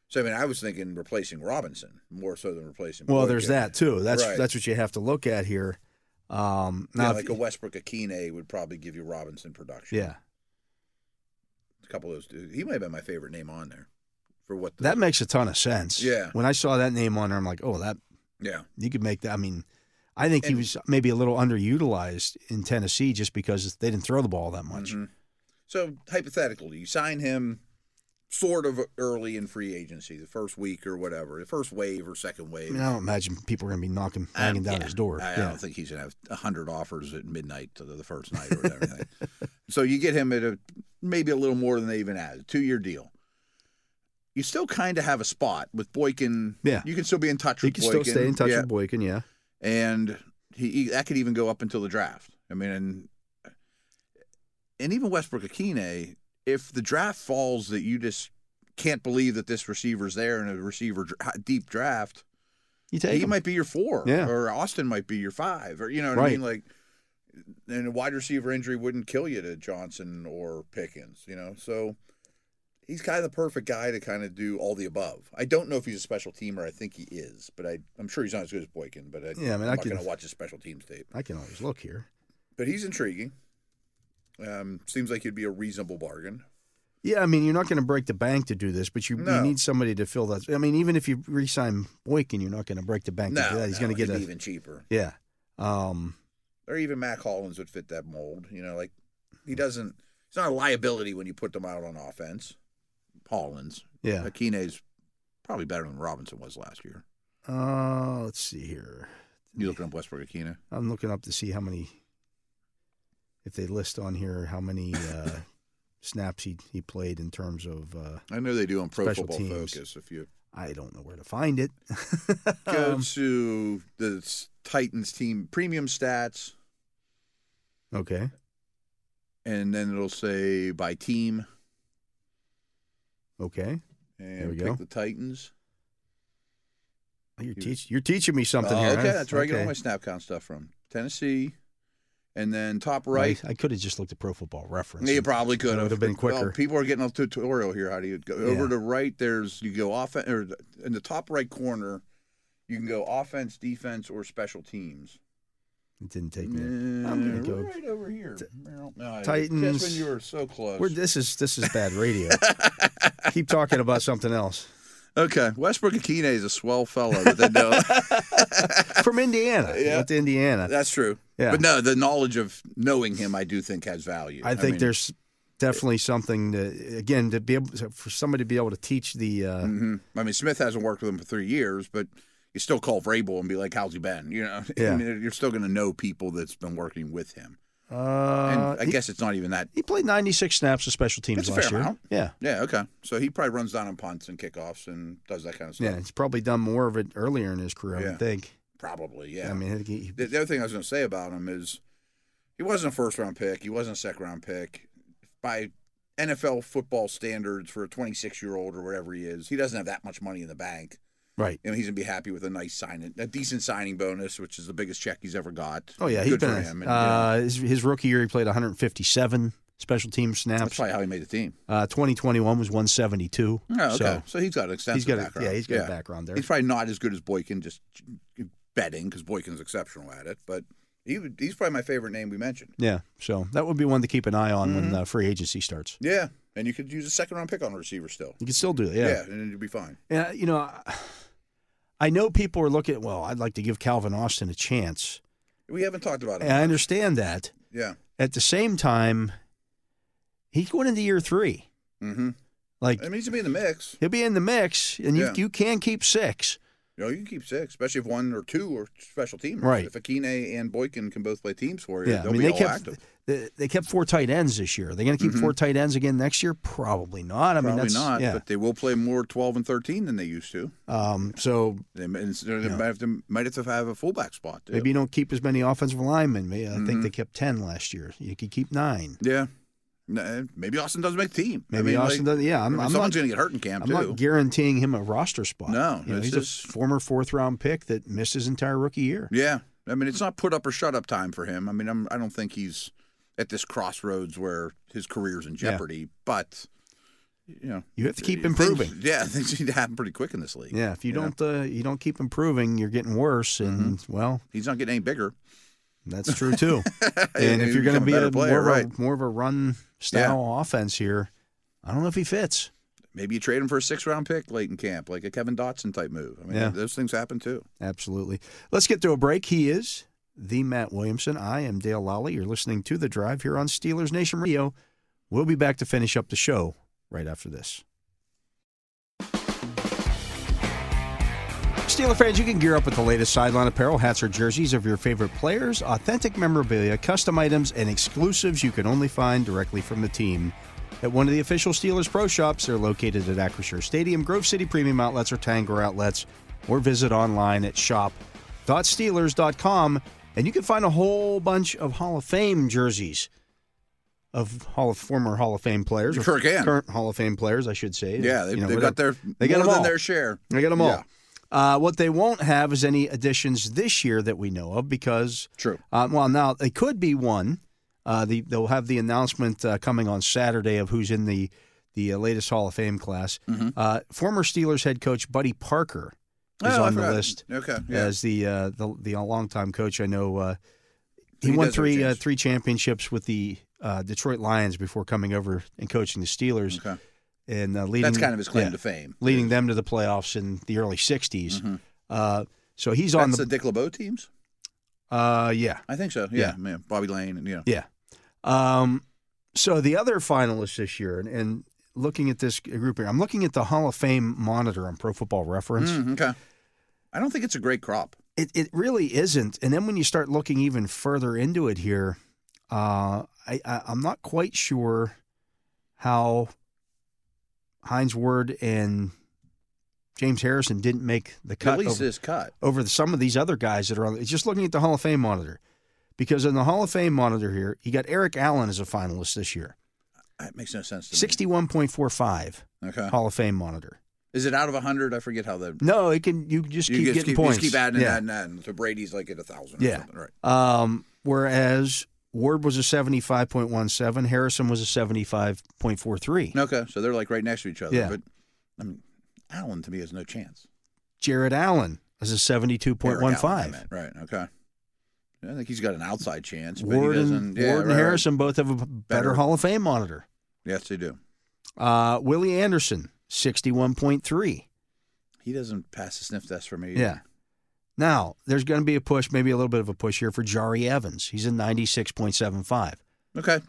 Speaker 2: So I mean, I was thinking replacing Robinson more so than replacing.
Speaker 1: Well, there's
Speaker 2: Boykin.
Speaker 1: that too. That's
Speaker 2: Right.
Speaker 1: that's what you have to look at here. Um
Speaker 2: Yeah,
Speaker 1: now if-
Speaker 2: like a Westbrook Akine would probably give you Robinson production.
Speaker 1: yeah.
Speaker 2: a couple of those. dudes. He might have been my favorite name on there for what. The,
Speaker 1: That makes a ton of sense.
Speaker 2: Yeah.
Speaker 1: When I saw that name on there, I'm like, oh, that
Speaker 2: yeah,
Speaker 1: you could make that. I mean, I think he
Speaker 2: And-
Speaker 1: was maybe a little underutilized in Tennessee just because they didn't throw the ball that much.
Speaker 2: Mhm. So hypothetically, you sign him sort of early in free agency, the first week or whatever, the first wave or second
Speaker 1: I
Speaker 2: wave.
Speaker 1: mean, I don't imagine people are going to be knocking, banging down his door.
Speaker 2: Um, I, I
Speaker 1: yeah.
Speaker 2: don't think he's gonna have hundred offers at midnight to the, the first night or everything. so you get him at a maybe a little more than they even asked, two year deal. You still kind of have a spot with Boykin.
Speaker 1: Yeah.
Speaker 2: you can still be in touch
Speaker 1: You
Speaker 2: with
Speaker 1: can
Speaker 2: Boykin.
Speaker 1: still stay in touch
Speaker 2: Yeah.
Speaker 1: with Boykin, yeah.
Speaker 2: and he, he that could even go up until the draft. I mean, and and even Westbrook Akine, if the draft falls that you just can't believe that this receiver's there in a receiver dr- deep draft,
Speaker 1: You take
Speaker 2: he
Speaker 1: him.
Speaker 2: might be your four,
Speaker 1: Yeah.
Speaker 2: or Austin might be your five, or you know what I
Speaker 1: Right.
Speaker 2: mean, like. And a wide receiver injury wouldn't kill you to Johnson or Pickens, you know. So he's kind of the perfect guy to kind of do all the above. I don't know if he's a special teamer. I think he is, but I, I'm sure he's not as good as Boykin. But I,
Speaker 1: Yeah, I mean,
Speaker 2: I'm
Speaker 1: I
Speaker 2: not
Speaker 1: could-
Speaker 2: going to watch his special teams tape.
Speaker 1: I can always look here.
Speaker 2: But he's intriguing. Um, seems like he'd be a reasonable bargain.
Speaker 1: Yeah, I mean, you're not going to break the bank to do this, but you, you
Speaker 2: No.
Speaker 1: need somebody to fill that. I mean, even if you re-sign Boykin, you're not going to break the bank to do
Speaker 2: No,
Speaker 1: that. He's
Speaker 2: no,
Speaker 1: going to get
Speaker 2: he'd
Speaker 1: a
Speaker 2: be even cheaper.
Speaker 1: yeah. Um,
Speaker 2: or even Mac Hollins would fit that mold. You know, like
Speaker 1: Hmm.
Speaker 2: he doesn't. It's not a liability when you put them out on offense. Hollins,
Speaker 1: yeah.
Speaker 2: Akine's probably better than Robinson was last year.
Speaker 1: Uh, let's see here.
Speaker 2: You looking up Westbrook Akine?
Speaker 1: I'm looking up to see how many, if they list on here how many uh, snaps he, he played in terms of. Uh,
Speaker 2: I know they do on Pro
Speaker 1: Special
Speaker 2: Football
Speaker 1: teams.
Speaker 2: Focus. If you
Speaker 1: I don't know where to find it.
Speaker 2: go
Speaker 1: Um,
Speaker 2: to the s- Titans team premium stats,
Speaker 1: okay,
Speaker 2: and then it'll say by team,
Speaker 1: okay.
Speaker 2: and
Speaker 1: we
Speaker 2: pick
Speaker 1: go.
Speaker 2: the Titans.
Speaker 1: Oh, You're,
Speaker 2: He was-
Speaker 1: teach, you're teaching me something
Speaker 2: Oh,
Speaker 1: here.
Speaker 2: okay,
Speaker 1: huh?
Speaker 2: that's where I get all
Speaker 1: Okay.
Speaker 2: my SnapCon stuff from. Tennessee, and then top right.
Speaker 1: I, could have just looked at Pro Football Reference.
Speaker 2: Yeah, you probably could
Speaker 1: That
Speaker 2: have.
Speaker 1: would have been
Speaker 2: Well,
Speaker 1: quicker.
Speaker 2: people are getting a tutorial here. How do you go
Speaker 1: Yeah.
Speaker 2: over to right? There's you go off or in the top right corner, you can go offense, defense, or special teams.
Speaker 1: It didn't take me. I'm gonna
Speaker 2: Uh,
Speaker 1: go-
Speaker 2: right over here. Meryl. No,
Speaker 1: Titans.
Speaker 2: Just when you were so close.
Speaker 1: We're, this is this is bad radio. Keep talking about something else.
Speaker 2: okay, Westbrook Akine is a swell fellow, but then no,
Speaker 1: From Indiana.
Speaker 2: Yeah.
Speaker 1: Went to Indiana.
Speaker 2: that's true.
Speaker 1: Yeah.
Speaker 2: But no, the knowledge of knowing him, I do think has value.
Speaker 1: I think
Speaker 2: mean,
Speaker 1: there's definitely something to again to be able to, for somebody to be able to teach the uh,
Speaker 2: mhm. I mean, Smith hasn't worked with him for three years, but. You still call Vrabel and be like, "How's he been?" You know,
Speaker 1: Yeah.
Speaker 2: I mean, you're still going to know people that's been working with him. And
Speaker 1: uh,
Speaker 2: I
Speaker 1: he,
Speaker 2: guess it's not even that.
Speaker 1: he played 96 snaps of special teams
Speaker 2: That's a
Speaker 1: last
Speaker 2: fair
Speaker 1: year.
Speaker 2: amount.
Speaker 1: Yeah.
Speaker 2: Yeah, okay. So he probably runs down on punts and kickoffs and does that kind of stuff.
Speaker 1: Yeah, he's probably done more of it earlier in his career, I would
Speaker 2: Yeah.
Speaker 1: think.
Speaker 2: Probably, yeah.
Speaker 1: I mean, I think he,
Speaker 2: the, the other thing I was going to say about him is he wasn't a first round pick. He wasn't a second round pick. By NFL football standards for a 26 year old or whatever he is, he doesn't have that much money in the bank.
Speaker 1: right.
Speaker 2: You know, he's going to be happy with a nice signing, a decent signing bonus, which is the biggest check he's ever got.
Speaker 1: Oh yeah, he's
Speaker 2: Good
Speaker 1: been.
Speaker 2: for
Speaker 1: a-
Speaker 2: him. And, you know,
Speaker 1: uh, his, his rookie year, he played 157 special team
Speaker 2: that's
Speaker 1: snaps.
Speaker 2: probably how he made the team.
Speaker 1: Uh, 2021 was 172.
Speaker 2: Oh, okay. So,
Speaker 1: So
Speaker 2: he's got an extensive
Speaker 1: he's got a,
Speaker 2: background.
Speaker 1: yeah, he's got a background there.
Speaker 2: He's probably not as good as Boykin, just betting because Boykin's exceptional at it. But he would, he's probably my favorite name we mentioned.
Speaker 1: Yeah, so that would be one to keep an eye on
Speaker 2: Mm-hmm.
Speaker 1: when uh, free agency starts.
Speaker 2: Yeah, and you could use a second round pick on a receiver still.
Speaker 1: You can still do that.
Speaker 2: Yeah,
Speaker 1: Yeah.
Speaker 2: and you'd be fine.
Speaker 1: And, uh, you know, I- I know people are looking. Well, I'd like to give Calvin Austin a chance,
Speaker 2: We haven't talked about him.
Speaker 1: and I understand that.
Speaker 2: yeah.
Speaker 1: At the same time, he's going into year three.
Speaker 2: Mm-hmm.
Speaker 1: Like
Speaker 2: I mean, he's gonna be in the mix.
Speaker 1: he'll be in the mix, and you
Speaker 2: Yeah.
Speaker 1: you can keep six.
Speaker 2: You know, you can keep six, especially if one or two are special teamers.
Speaker 1: Right.
Speaker 2: If Akine and Boykin can both play teams for you,
Speaker 1: yeah,
Speaker 2: they'll
Speaker 1: I mean
Speaker 2: be
Speaker 1: they
Speaker 2: all
Speaker 1: kept
Speaker 2: active. Mm-hmm.
Speaker 1: they, they kept four tight ends this year. Are they going to keep four tight ends again next year? Probably not. I mean,
Speaker 2: Probably
Speaker 1: that's
Speaker 2: not,
Speaker 1: Yeah.
Speaker 2: but they will play more 12 and 13 than they used to.
Speaker 1: um, so
Speaker 2: They, may- and so they might, have to, might have to have a fullback spot. Too.
Speaker 1: maybe you don't keep as many offensive linemen. Maybe, I think
Speaker 2: Mm-hmm.
Speaker 1: they kept ten last year. You could keep nine.
Speaker 2: Yeah. No, maybe Austin doesn't make the team. I
Speaker 1: Maybe
Speaker 2: mean,
Speaker 1: Austin
Speaker 2: like,
Speaker 1: doesn't. Yeah,
Speaker 2: I
Speaker 1: I'm,
Speaker 2: mean,
Speaker 1: I'm not.
Speaker 2: someone's going to get hurt in camp
Speaker 1: I'm
Speaker 2: too.
Speaker 1: not guaranteeing him a roster spot.
Speaker 2: No,
Speaker 1: You know,
Speaker 2: it's
Speaker 1: he's
Speaker 2: just-
Speaker 1: a former fourth round pick that missed his entire rookie year.
Speaker 2: Yeah, I mean it's not put up or shut up time for him. I mean I'm, I don't think he's at this crossroads where his career's in
Speaker 1: Yeah.
Speaker 2: jeopardy. But you know,
Speaker 1: You have to keep
Speaker 2: things-
Speaker 1: improving.
Speaker 2: yeah, things need to happen pretty quick in this league.
Speaker 1: yeah, if you
Speaker 2: know?
Speaker 1: don't, uh, you don't keep improving, you're getting worse, and
Speaker 2: Mm-hmm.
Speaker 1: well,
Speaker 2: he's not getting any bigger.
Speaker 1: that's true too. and
Speaker 2: And
Speaker 1: if
Speaker 2: you
Speaker 1: you're going
Speaker 2: become
Speaker 1: to
Speaker 2: a
Speaker 1: be
Speaker 2: better
Speaker 1: a, more,
Speaker 2: player,
Speaker 1: of a-
Speaker 2: right.
Speaker 1: more of a run style offense here, I don't know if he fits.
Speaker 2: Maybe you trade him for a six round pick late in camp, like a Kevin Dotson type move. I mean
Speaker 1: Yeah.
Speaker 2: those things happen too.
Speaker 1: Absolutely. Let's get to a break. He is the Matt Williamson. I am Dale Lally. You're listening to The Drive here on Steelers Nation Radio. We'll be back to finish up the show right after this. Steeler fans, you can gear up with the latest sideline apparel, hats, or jerseys of your favorite players, authentic memorabilia, custom items, and exclusives you can only find directly from the team. At one of the official Steelers Pro Shops, they're located at Acrisure Stadium, Grove City Premium Outlets, or Tanger Outlets, or visit online at shop.steelers.com. And you can find a whole bunch of Hall of Fame jerseys of Hall of, former Hall of Fame players,
Speaker 2: You
Speaker 1: or
Speaker 2: sure can.
Speaker 1: current Hall of Fame players, I should say.
Speaker 2: Yeah, they,
Speaker 1: You know,
Speaker 2: they've
Speaker 1: whatever-
Speaker 2: got their
Speaker 1: they got
Speaker 2: more
Speaker 1: them
Speaker 2: than
Speaker 1: all.
Speaker 2: their share.
Speaker 1: I get them all.
Speaker 2: Yeah.
Speaker 1: Uh, what they won't have is any additions this year that we know of because,
Speaker 2: True.
Speaker 1: uh, well, now it could be one. Uh, the, they'll have the announcement uh, coming on Saturday of who's in the the uh, latest Hall of Fame class.
Speaker 2: Mm-hmm.
Speaker 1: Uh, former Steelers head coach Buddy Parker is
Speaker 2: Oh, I
Speaker 1: on the
Speaker 2: forgot.
Speaker 1: list
Speaker 2: Okay. Yeah.
Speaker 1: as the, uh, the the longtime coach. I know uh, he,
Speaker 2: He
Speaker 1: won
Speaker 2: does have a
Speaker 1: three uh,
Speaker 2: chance.
Speaker 1: three championships with the uh, Detroit Lions before coming over and coaching the Steelers
Speaker 2: Okay.
Speaker 1: and uh, leading.
Speaker 2: That's kind of his claim
Speaker 1: yeah
Speaker 2: to fame.
Speaker 1: leading them to the playoffs in the early '60s. Uh, so he's on
Speaker 2: Mm-hmm. That's
Speaker 1: the,
Speaker 2: the Dick LeBeau teams.
Speaker 1: uh, yeah,
Speaker 2: I think so.
Speaker 1: Yeah.
Speaker 2: Yeah, man. Bobby Lane and you know.
Speaker 1: yeah. Um, so the other finalists this year, and, and looking at this group here, I'm looking at the Hall of Fame monitor on Pro Football Reference.
Speaker 2: Mm, okay. I don't think it's a great crop.
Speaker 1: It it really isn't. And then when you start looking even further into it here, uh, I, I I'm not quite sure how Heinz Ward and James Harrison didn't make the cut.
Speaker 2: At least
Speaker 1: over-
Speaker 2: this cut.
Speaker 1: over the, some of these other guys that are on. Just looking at the Hall of Fame monitor, because in the Hall of Fame monitor here, you got Eric Allen as a finalist this year,
Speaker 2: That Uh, makes no sense to
Speaker 1: sixty-one point four five
Speaker 2: me. Okay.
Speaker 1: Hall of Fame monitor.
Speaker 2: Is it out of 100? I forget how that.
Speaker 1: No, it can you just
Speaker 2: You
Speaker 1: keep
Speaker 2: just
Speaker 1: getting
Speaker 2: keep, you
Speaker 1: points.
Speaker 2: just keep adding
Speaker 1: yeah.
Speaker 2: and adding and adding. So Brady's like at 1,000 or
Speaker 1: Yeah.
Speaker 2: something. Right.
Speaker 1: Um, whereas Ward was a seventy-five point one seven, Harrison was a seventy-five point four three.
Speaker 2: Okay. So they're like right next to each other.
Speaker 1: Yeah.
Speaker 2: But I mean, Allen to me has no chance.
Speaker 1: Jared Allen is a seventy-two point
Speaker 2: Eric
Speaker 1: one
Speaker 2: Allen, I
Speaker 1: five.
Speaker 2: meant. Right. Okay. I think he's got an outside chance. But
Speaker 1: Ward
Speaker 2: he
Speaker 1: and,
Speaker 2: doesn't, yeah,
Speaker 1: Ward and
Speaker 2: right, right.
Speaker 1: Harrison both have a better,
Speaker 2: Better.
Speaker 1: Hall of Fame monitor.
Speaker 2: Yes, they do.
Speaker 1: Uh, Willie Anderson, sixty-one point three.
Speaker 2: He doesn't pass the sniff test for me. either.
Speaker 1: Yeah. Now, there's going to be a push, maybe a little bit of a push here for Jari Evans. He's a 96.75.
Speaker 2: Okay.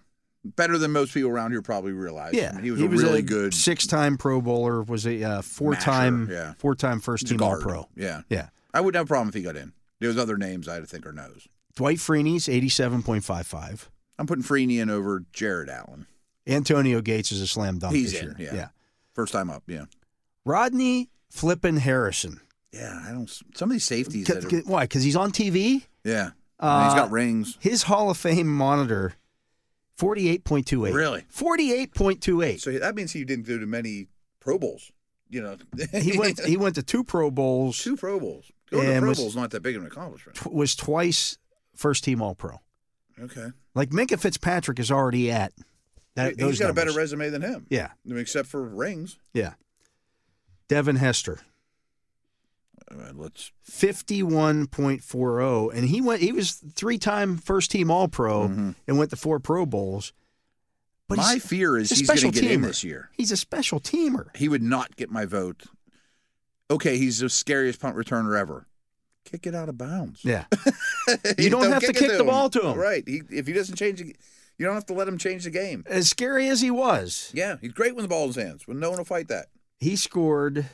Speaker 2: Better than most people around here probably realize. I
Speaker 1: Yeah.
Speaker 2: mean, he was a really good
Speaker 1: six-time Pro Bowler, was a uh, four-time
Speaker 2: Masher, yeah.
Speaker 1: four-time first team
Speaker 2: guard.
Speaker 1: All-Pro.
Speaker 2: Yeah.
Speaker 1: Yeah.
Speaker 2: I wouldn't have a problem if he got in. There's other names I think are no's.
Speaker 1: Dwight Freeney's 87.55.
Speaker 2: I'm putting Freeney in over Jared Allen.
Speaker 1: Antonio Gates is a slam dunk
Speaker 2: He's
Speaker 1: this
Speaker 2: in,
Speaker 1: year.
Speaker 2: yeah. First time up, yeah.
Speaker 1: Rodney Flippin Harrison.
Speaker 2: Yeah, I don't. Some of these safeties.
Speaker 1: C-
Speaker 2: that are-
Speaker 1: c- why? Cuz he's on TV?
Speaker 2: yeah, I mean, he's
Speaker 1: Uh,
Speaker 2: got rings.
Speaker 1: His Hall of Fame monitor 48.28.
Speaker 2: Really?
Speaker 1: 48.28.
Speaker 2: So that means he didn't do too many Pro Bowls. You know,
Speaker 1: He went he went to two Pro Bowls.
Speaker 2: two Pro Bowls. Going
Speaker 1: And
Speaker 2: to Pro
Speaker 1: was-
Speaker 2: Bowls not that big of an accomplishment.
Speaker 1: tw- was twice first team All Pro.
Speaker 2: Okay,
Speaker 1: Like Minka Fitzpatrick is already at that.
Speaker 2: He-
Speaker 1: those
Speaker 2: he's got a better
Speaker 1: numbers.
Speaker 2: resume than him.
Speaker 1: Yeah,
Speaker 2: I mean, except for rings.
Speaker 1: yeah. Devin Hester,
Speaker 2: All right, let's.
Speaker 1: fifty-one point four zero, and he went. He was three-time first-team All-Pro and went to four Pro Bowls.
Speaker 2: Mm-hmm. my
Speaker 1: he's-
Speaker 2: fear is
Speaker 1: he's a
Speaker 2: he's going to
Speaker 1: special
Speaker 2: get in
Speaker 1: teamer.
Speaker 2: this year.
Speaker 1: He's a special teamer.
Speaker 2: He would not get my vote. Okay, he's the scariest punt returner ever. Kick it out of bounds.
Speaker 1: Yeah, You don't have to
Speaker 2: it
Speaker 1: kick the ball to him.
Speaker 2: Right. He, if he doesn't change, the, you don't have to let him change the game.
Speaker 1: as scary as he was,
Speaker 2: Yeah, he's great when the ball's in his hands. When no one will fight that.
Speaker 1: he scored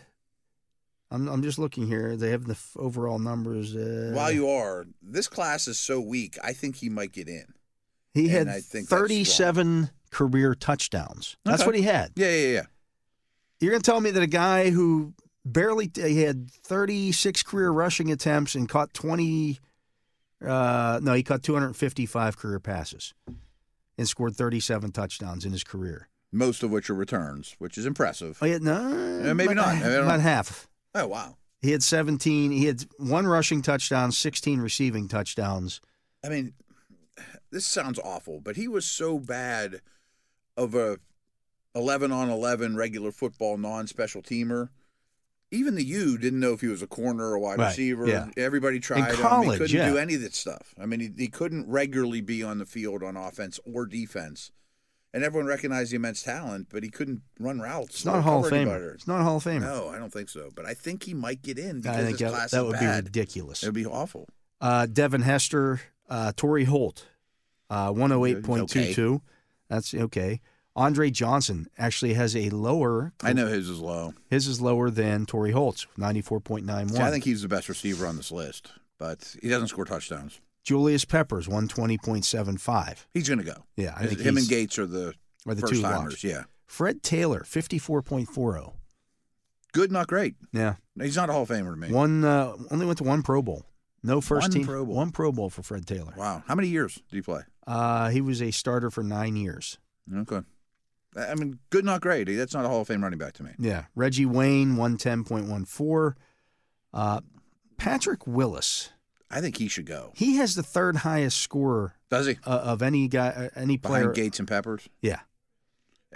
Speaker 1: I'm I'm just looking here. They have the f- overall numbers. Uh,
Speaker 2: While you are, this class is so weak. I think he might get in.
Speaker 1: he had
Speaker 2: and I think that's
Speaker 1: 37 career touchdowns. That's
Speaker 2: Okay.
Speaker 1: what he had.
Speaker 2: Yeah, yeah, yeah.
Speaker 1: You're gonna tell me that a guy who barely he had 36 career rushing attempts and caught 20. Uh, no, he caught 255 career passes and scored 37 touchdowns in his career.
Speaker 2: Most of which are returns, which is impressive.
Speaker 1: Oh yeah, no,
Speaker 2: Yeah, maybe
Speaker 1: about
Speaker 2: not.
Speaker 1: half-
Speaker 2: I don't know.
Speaker 1: About half.
Speaker 2: Oh wow.
Speaker 1: He had 17. He had one rushing touchdown, 16 receiving touchdowns.
Speaker 2: I mean, this sounds awful, but he was so bad of a 11 on 11 regular football non special teamer. Even the U didn't know if he was a corner or a wide
Speaker 1: Right,
Speaker 2: receiver.
Speaker 1: yeah.
Speaker 2: Everybody tried him. He
Speaker 1: college,
Speaker 2: couldn't
Speaker 1: yeah.
Speaker 2: do any of that stuff. I mean, he, he couldn't regularly be on the field on offense or defense. And everyone recognized the immense talent, but he couldn't run routes.
Speaker 1: It's
Speaker 2: or
Speaker 1: not Hall of
Speaker 2: cover
Speaker 1: Famer.
Speaker 2: anybody.
Speaker 1: It's not Hall of Famer.
Speaker 2: No, I don't think so. But I think he might get in because
Speaker 1: I think
Speaker 2: his
Speaker 1: that,
Speaker 2: class
Speaker 1: that
Speaker 2: is
Speaker 1: would
Speaker 2: bad.
Speaker 1: be ridiculous.
Speaker 2: It would be awful.
Speaker 1: Uh, Devin Hester, uh, Torrey Holt, uh, 108.22. That's okay. Andre Johnson actually has a lower,
Speaker 2: I know his is low.
Speaker 1: his is lower than Torrey Holt's, 94.91.
Speaker 2: See, I think he's the best receiver on this list, but he doesn't score touchdowns.
Speaker 1: Julius Peppers, 120.75.
Speaker 2: He's going to go.
Speaker 1: Yeah, I
Speaker 2: His-
Speaker 1: think
Speaker 2: him
Speaker 1: he's-
Speaker 2: and Gates are the,
Speaker 1: Are the two
Speaker 2: first
Speaker 1: locks.
Speaker 2: timers. Yeah,
Speaker 1: Fred Taylor, 54.40.
Speaker 2: good, not great.
Speaker 1: oh. Yeah.
Speaker 2: He's not a Hall of Famer to me.
Speaker 1: One uh, only went to one Pro Bowl. No first
Speaker 2: One
Speaker 1: team.
Speaker 2: Pro Bowl.
Speaker 1: One Pro Bowl for Fred Taylor.
Speaker 2: Wow, how many years do you play?
Speaker 1: Uh, he was a starter for nine years.
Speaker 2: Okay, I I mean, good, not great. That's not a Hall of Fame running back to me.
Speaker 1: Yeah. Reggie Wayne, 110.14. Uh, Patrick Willis,
Speaker 2: I think he should go.
Speaker 1: he has the third highest scorer
Speaker 2: Does he?
Speaker 1: uh, of any guy, uh, any
Speaker 2: Behind Uh,
Speaker 1: player.
Speaker 2: Gates and Peppers,
Speaker 1: Yeah.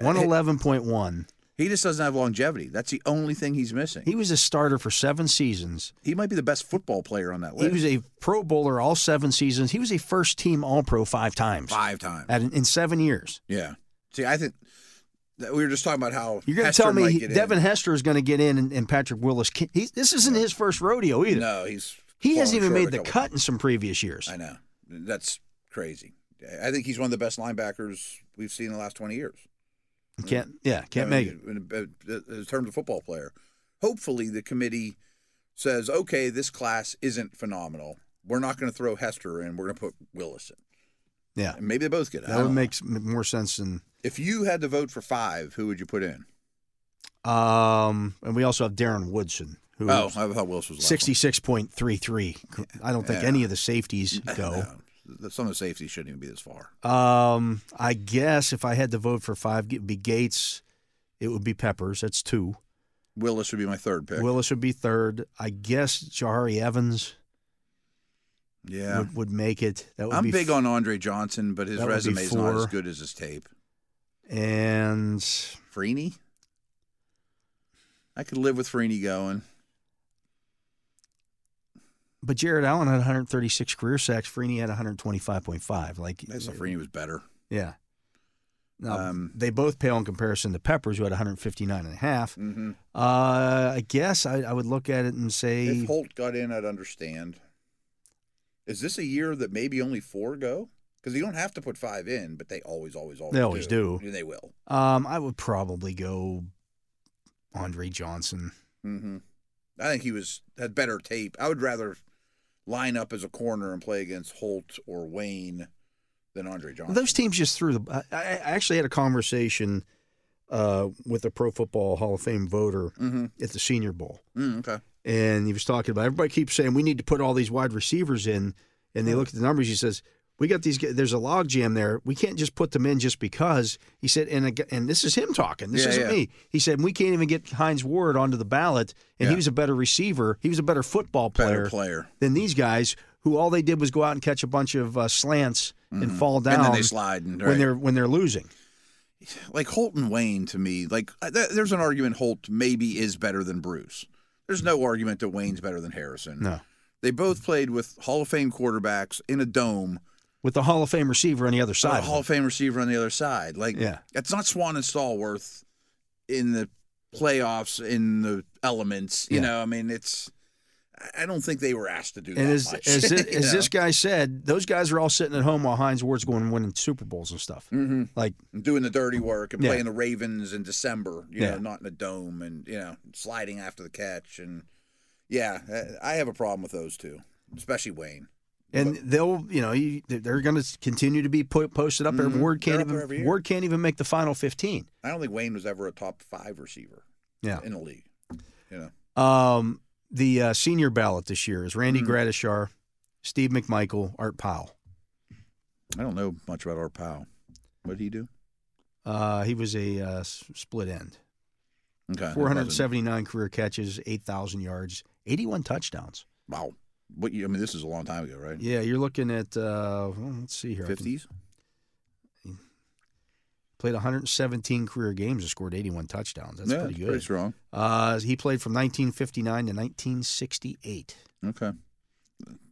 Speaker 1: 111.1.
Speaker 2: he just doesn't have longevity. That's the only thing he's missing.
Speaker 1: He was a starter for seven seasons.
Speaker 2: He might be the best football player on that
Speaker 1: He
Speaker 2: list.
Speaker 1: was a Pro Bowler all seven seasons. He was a first team All Pro five times
Speaker 2: five times.
Speaker 1: at, in seven years.
Speaker 2: Yeah. See, I think that we were just talking about how
Speaker 1: You're going to
Speaker 2: Hester
Speaker 1: tell
Speaker 2: might
Speaker 1: me
Speaker 2: get
Speaker 1: he-
Speaker 2: in.
Speaker 1: Devin Hester is going to get in and, and Patrick Willis. Can, he, this isn't his first rodeo either.
Speaker 2: No, he's
Speaker 1: he hasn't even
Speaker 2: fallen
Speaker 1: made
Speaker 2: short
Speaker 1: the
Speaker 2: a couple
Speaker 1: cut in some previous years.
Speaker 2: I know. That's crazy. I think he's one of the best linebackers we've seen in the last 20 years.
Speaker 1: Can't, yeah, can't make it.
Speaker 2: it. In, in terms of football player. Hopefully, the committee says, okay, this class isn't phenomenal. We're not going to throw Hester in. We're going to put Willis in.
Speaker 1: Yeah.
Speaker 2: And maybe they both get it.
Speaker 1: That
Speaker 2: I
Speaker 1: would
Speaker 2: don't know.
Speaker 1: make s- m- more sense than.
Speaker 2: If you had to vote for five, who would you put in?
Speaker 1: Um, and we also have Darren Woodson, who
Speaker 2: Oh, I thought Willis was the last one.
Speaker 1: sixty-six point three three. I don't think
Speaker 2: Yeah.
Speaker 1: any of the safeties go.
Speaker 2: No, some of the safeties shouldn't even be this far.
Speaker 1: Um, I guess if I had to vote for five, it'd be Gates. It would be Peppers. That's two.
Speaker 2: Willis would be my third pick.
Speaker 1: Willis would be third. I guess Jahari Evans
Speaker 2: yeah.
Speaker 1: would, would make it. That would
Speaker 2: I'm
Speaker 1: be
Speaker 2: big on Andre Johnson, but his
Speaker 1: that would be
Speaker 2: resume is not as
Speaker 1: four.
Speaker 2: good as his tape.
Speaker 1: and
Speaker 2: Freeney? I could live with Freeney going.
Speaker 1: but Jared Allen had 136 career sacks. Freeney had 125.5. Like
Speaker 2: I thought Freeney was better.
Speaker 1: Yeah. No,
Speaker 2: Um,
Speaker 1: they both pale in comparison to Peppers, who had 159 and a half.
Speaker 2: Mm-hmm.
Speaker 1: Uh, I guess I, I would look at it and say
Speaker 2: If Holt got in, I'd understand. Is this a year that maybe only four go? Because you don't have to put five in, but they always, always, always
Speaker 1: They always do.
Speaker 2: And they will.
Speaker 1: um, I would probably go Andre Johnson.
Speaker 2: hmm I think he was had better tape. I would rather line up as a corner and play against Holt or Wayne than Andre Johnson.
Speaker 1: Those teams just threw the. I, I actually had a conversation uh, with a Pro Football Hall of Fame voter
Speaker 2: Mhm.
Speaker 1: at the Senior Bowl,
Speaker 2: Mm, okay.
Speaker 1: and he was talking about everybody keeps saying we need to put all these wide receivers in, and they look at the numbers. He says we got these. g- There's a log jam there. We can't just put them in just because. He said, and ag- and this is him talking. This
Speaker 2: Yeah,
Speaker 1: isn't
Speaker 2: yeah.
Speaker 1: me. He said we can't even get Heinz Ward onto the ballot, and he
Speaker 2: Yeah.
Speaker 1: was a better receiver. He was a better football player
Speaker 2: Better player.
Speaker 1: than these guys who all they did was go out and catch a bunch of uh, slants and fall down
Speaker 2: Mm-hmm. And then they slide and
Speaker 1: when
Speaker 2: right.
Speaker 1: they're when they're losing.
Speaker 2: like Holt and Wayne to me, like I- th- there's an argument Holt maybe is better than Bruce. There's no argument that Wayne's better than Harrison.
Speaker 1: No.
Speaker 2: They both played with Hall of Fame quarterbacks in a dome,
Speaker 1: With the Hall of Fame receiver on the other
Speaker 2: a
Speaker 1: side.
Speaker 2: Hall of Fame receiver on the other side. Like
Speaker 1: Yeah.
Speaker 2: it's not Swan and Stallworth in the playoffs in the elements. You
Speaker 1: Yeah.
Speaker 2: know, I mean it's I- I don't think they were asked to do
Speaker 1: and
Speaker 2: that
Speaker 1: as,
Speaker 2: much.
Speaker 1: as, thi-
Speaker 2: you
Speaker 1: as this
Speaker 2: know?
Speaker 1: guy said, those guys are all sitting at home while Heinz Ward's going and winning Super Bowls and stuff.
Speaker 2: Mhm.
Speaker 1: Like,
Speaker 2: doing the dirty work and
Speaker 1: Yeah.
Speaker 2: playing the Ravens in December, you
Speaker 1: Yeah.
Speaker 2: know, not in a dome and, you know, sliding after the catch and Yeah, uh, I have a problem with those two, especially Wayne.
Speaker 1: And they'll, you know, you, they're going to continue to be put, posted up. there.
Speaker 2: Mhm.
Speaker 1: Word can't
Speaker 2: They're up there every
Speaker 1: even
Speaker 2: year.
Speaker 1: Word can't even make the final fifteen.
Speaker 2: I don't think Wayne was ever a top five receiver.
Speaker 1: Yeah.
Speaker 2: in the league. You know,
Speaker 1: Um, the uh, senior ballot this year is Randy
Speaker 2: Mhm.
Speaker 1: Gratishar, Steve McMichael, Art Powell.
Speaker 2: I don't know much about our pal. What did he do?
Speaker 1: Uh, he was a uh, s- split end.
Speaker 2: Okay,
Speaker 1: 479 career catches, 8,000 yards, 81 touchdowns.
Speaker 2: Wow, what? You, I mean, this is a long time ago, right?
Speaker 1: Yeah, you're looking at, uh, well, let's see here. I can-
Speaker 2: Fifties.
Speaker 1: Played 117 career games and scored 81 touchdowns. That's
Speaker 2: yeah,
Speaker 1: pretty
Speaker 2: it's
Speaker 1: good.
Speaker 2: Pretty strong.
Speaker 1: Uh, he played from 1959 to 1968.
Speaker 2: Okay.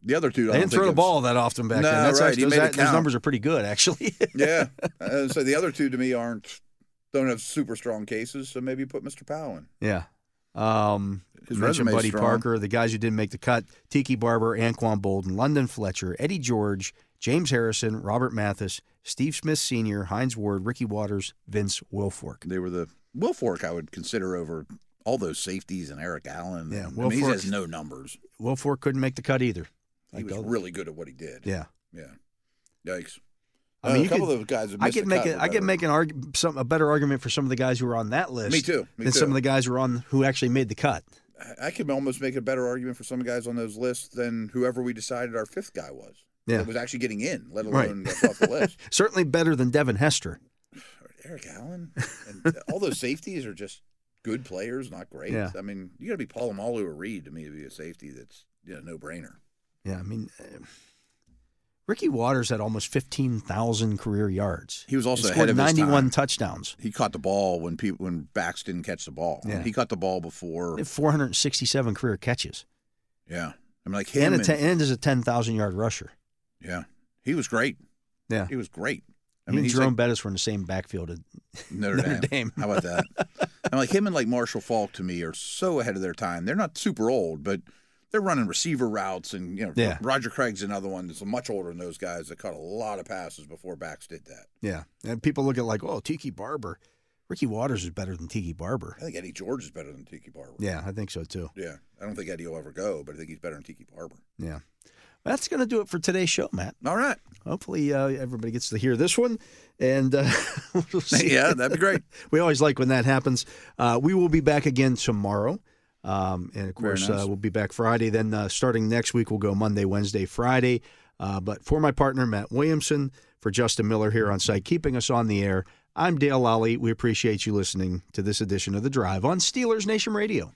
Speaker 2: The other two, I
Speaker 1: they
Speaker 2: don't
Speaker 1: didn't throw the
Speaker 2: think
Speaker 1: ball that often back
Speaker 2: No,
Speaker 1: then. That's
Speaker 2: right,
Speaker 1: actually- those,
Speaker 2: he made it
Speaker 1: those
Speaker 2: count.
Speaker 1: numbers are pretty good, actually.
Speaker 2: it's- Yeah. Uh, so the other two to me aren't don't have super strong cases. So maybe put Mr. Powell in.
Speaker 1: yeah. Um,
Speaker 2: His
Speaker 1: mentioned
Speaker 2: resume's
Speaker 1: Buddy
Speaker 2: strong.
Speaker 1: Parker, the guys who didn't make the cut: Tiki Barber, Anquan Bolden, London Fletcher, Eddie George, James Harrison, Robert Mathis, Steve Smith Sr., Heinz Ward, Ricky Waters, Vince Wilfork.
Speaker 2: They were the Will Fork. I would consider over all those safeties and Eric Allen.
Speaker 1: Yeah,
Speaker 2: I mean, he
Speaker 1: Wilfork-
Speaker 2: has no numbers.
Speaker 1: Wilfork couldn't make the cut either.
Speaker 2: He was
Speaker 1: Like,
Speaker 2: really good at what he did.
Speaker 1: yeah.
Speaker 2: Yeah. Yikes.
Speaker 1: I mean,
Speaker 2: Uh,
Speaker 1: you
Speaker 2: a couple
Speaker 1: could-
Speaker 2: of those guys. Have
Speaker 1: I
Speaker 2: missed
Speaker 1: could
Speaker 2: the
Speaker 1: make
Speaker 2: cut
Speaker 1: a,
Speaker 2: were
Speaker 1: I could
Speaker 2: better.
Speaker 1: make an arg- some a better argument for some of the guys who were on that list.
Speaker 2: Me too. Me
Speaker 1: than
Speaker 2: too.
Speaker 1: some of the guys who were on who actually made the cut.
Speaker 2: I could almost make a better argument for some guys on those lists than whoever we decided our fifth guy was.
Speaker 1: Yeah.
Speaker 2: That was actually getting in, let
Speaker 1: Right.
Speaker 2: alone got off the list.
Speaker 1: Certainly better than Devin Hester.
Speaker 2: Eric Allen and all those safeties are just good players, not great.
Speaker 1: Yeah.
Speaker 2: I mean, you got to be Paul Amalu or Reed to me to be a safety that's you know, no brainer.
Speaker 1: Yeah, I mean, uh, Ricky Waters had almost fifteen thousand career yards.
Speaker 2: He was also
Speaker 1: And
Speaker 2: ahead
Speaker 1: scored
Speaker 2: of his time.
Speaker 1: ninety-one touchdowns.
Speaker 2: He caught the ball when people when backs didn't catch the ball.
Speaker 1: Yeah.
Speaker 2: He caught the ball before.
Speaker 1: Four hundred sixty-seven career catches,
Speaker 2: yeah, I mean, like
Speaker 1: and,
Speaker 2: him.
Speaker 1: a
Speaker 2: and-
Speaker 1: ten, and is a ten thousand yard rusher.
Speaker 2: yeah, he was great.
Speaker 1: Yeah.
Speaker 2: he was great.
Speaker 1: I
Speaker 2: I mean,
Speaker 1: mean,
Speaker 2: he's
Speaker 1: Jerome
Speaker 2: like
Speaker 1: Bettis were in the same backfield. at-
Speaker 2: Notre,
Speaker 1: Notre
Speaker 2: Dame.
Speaker 1: Dame.
Speaker 2: How about that? and like him and like Marshall Falk to me are so ahead of their time. They're not super old, but they're running receiver routes. And you know,
Speaker 1: Yeah.
Speaker 2: Roger Craig's another one that's much older than those guys that caught a lot of passes before backs did that.
Speaker 1: Yeah, and people look at like, oh, Tiki Barber. Ricky Waters is better than Tiki Barber.
Speaker 2: I think Eddie George is better than Tiki Barber.
Speaker 1: Yeah, I think so too.
Speaker 2: Yeah. I don't think Eddie will ever go, but I think he's better than Tiki Barber.
Speaker 1: Yeah, that's going to do it for today's show, Matt.
Speaker 2: All right.
Speaker 1: Hopefully, uh, everybody gets to hear this one, and uh, we'll see.
Speaker 2: yeah, that'd be great.
Speaker 1: we always like when that happens. Uh, we will be back again tomorrow. Um, and of
Speaker 2: Very
Speaker 1: course,
Speaker 2: nice.
Speaker 1: uh, we'll be back Friday. Then, uh, starting next week, we'll go Monday, Wednesday, Friday. Uh, but for my partner, Matt Williamson, for Justin Miller here on site, keeping us on the air, I'm Dale Lally. We appreciate you listening to this edition of The Drive on Steelers Nation Radio.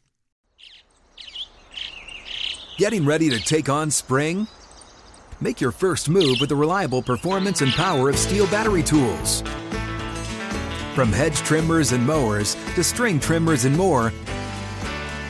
Speaker 3: Getting ready to take on spring? Make your first move with the reliable performance and power of steel battery tools. From hedge trimmers and mowers to string trimmers and more,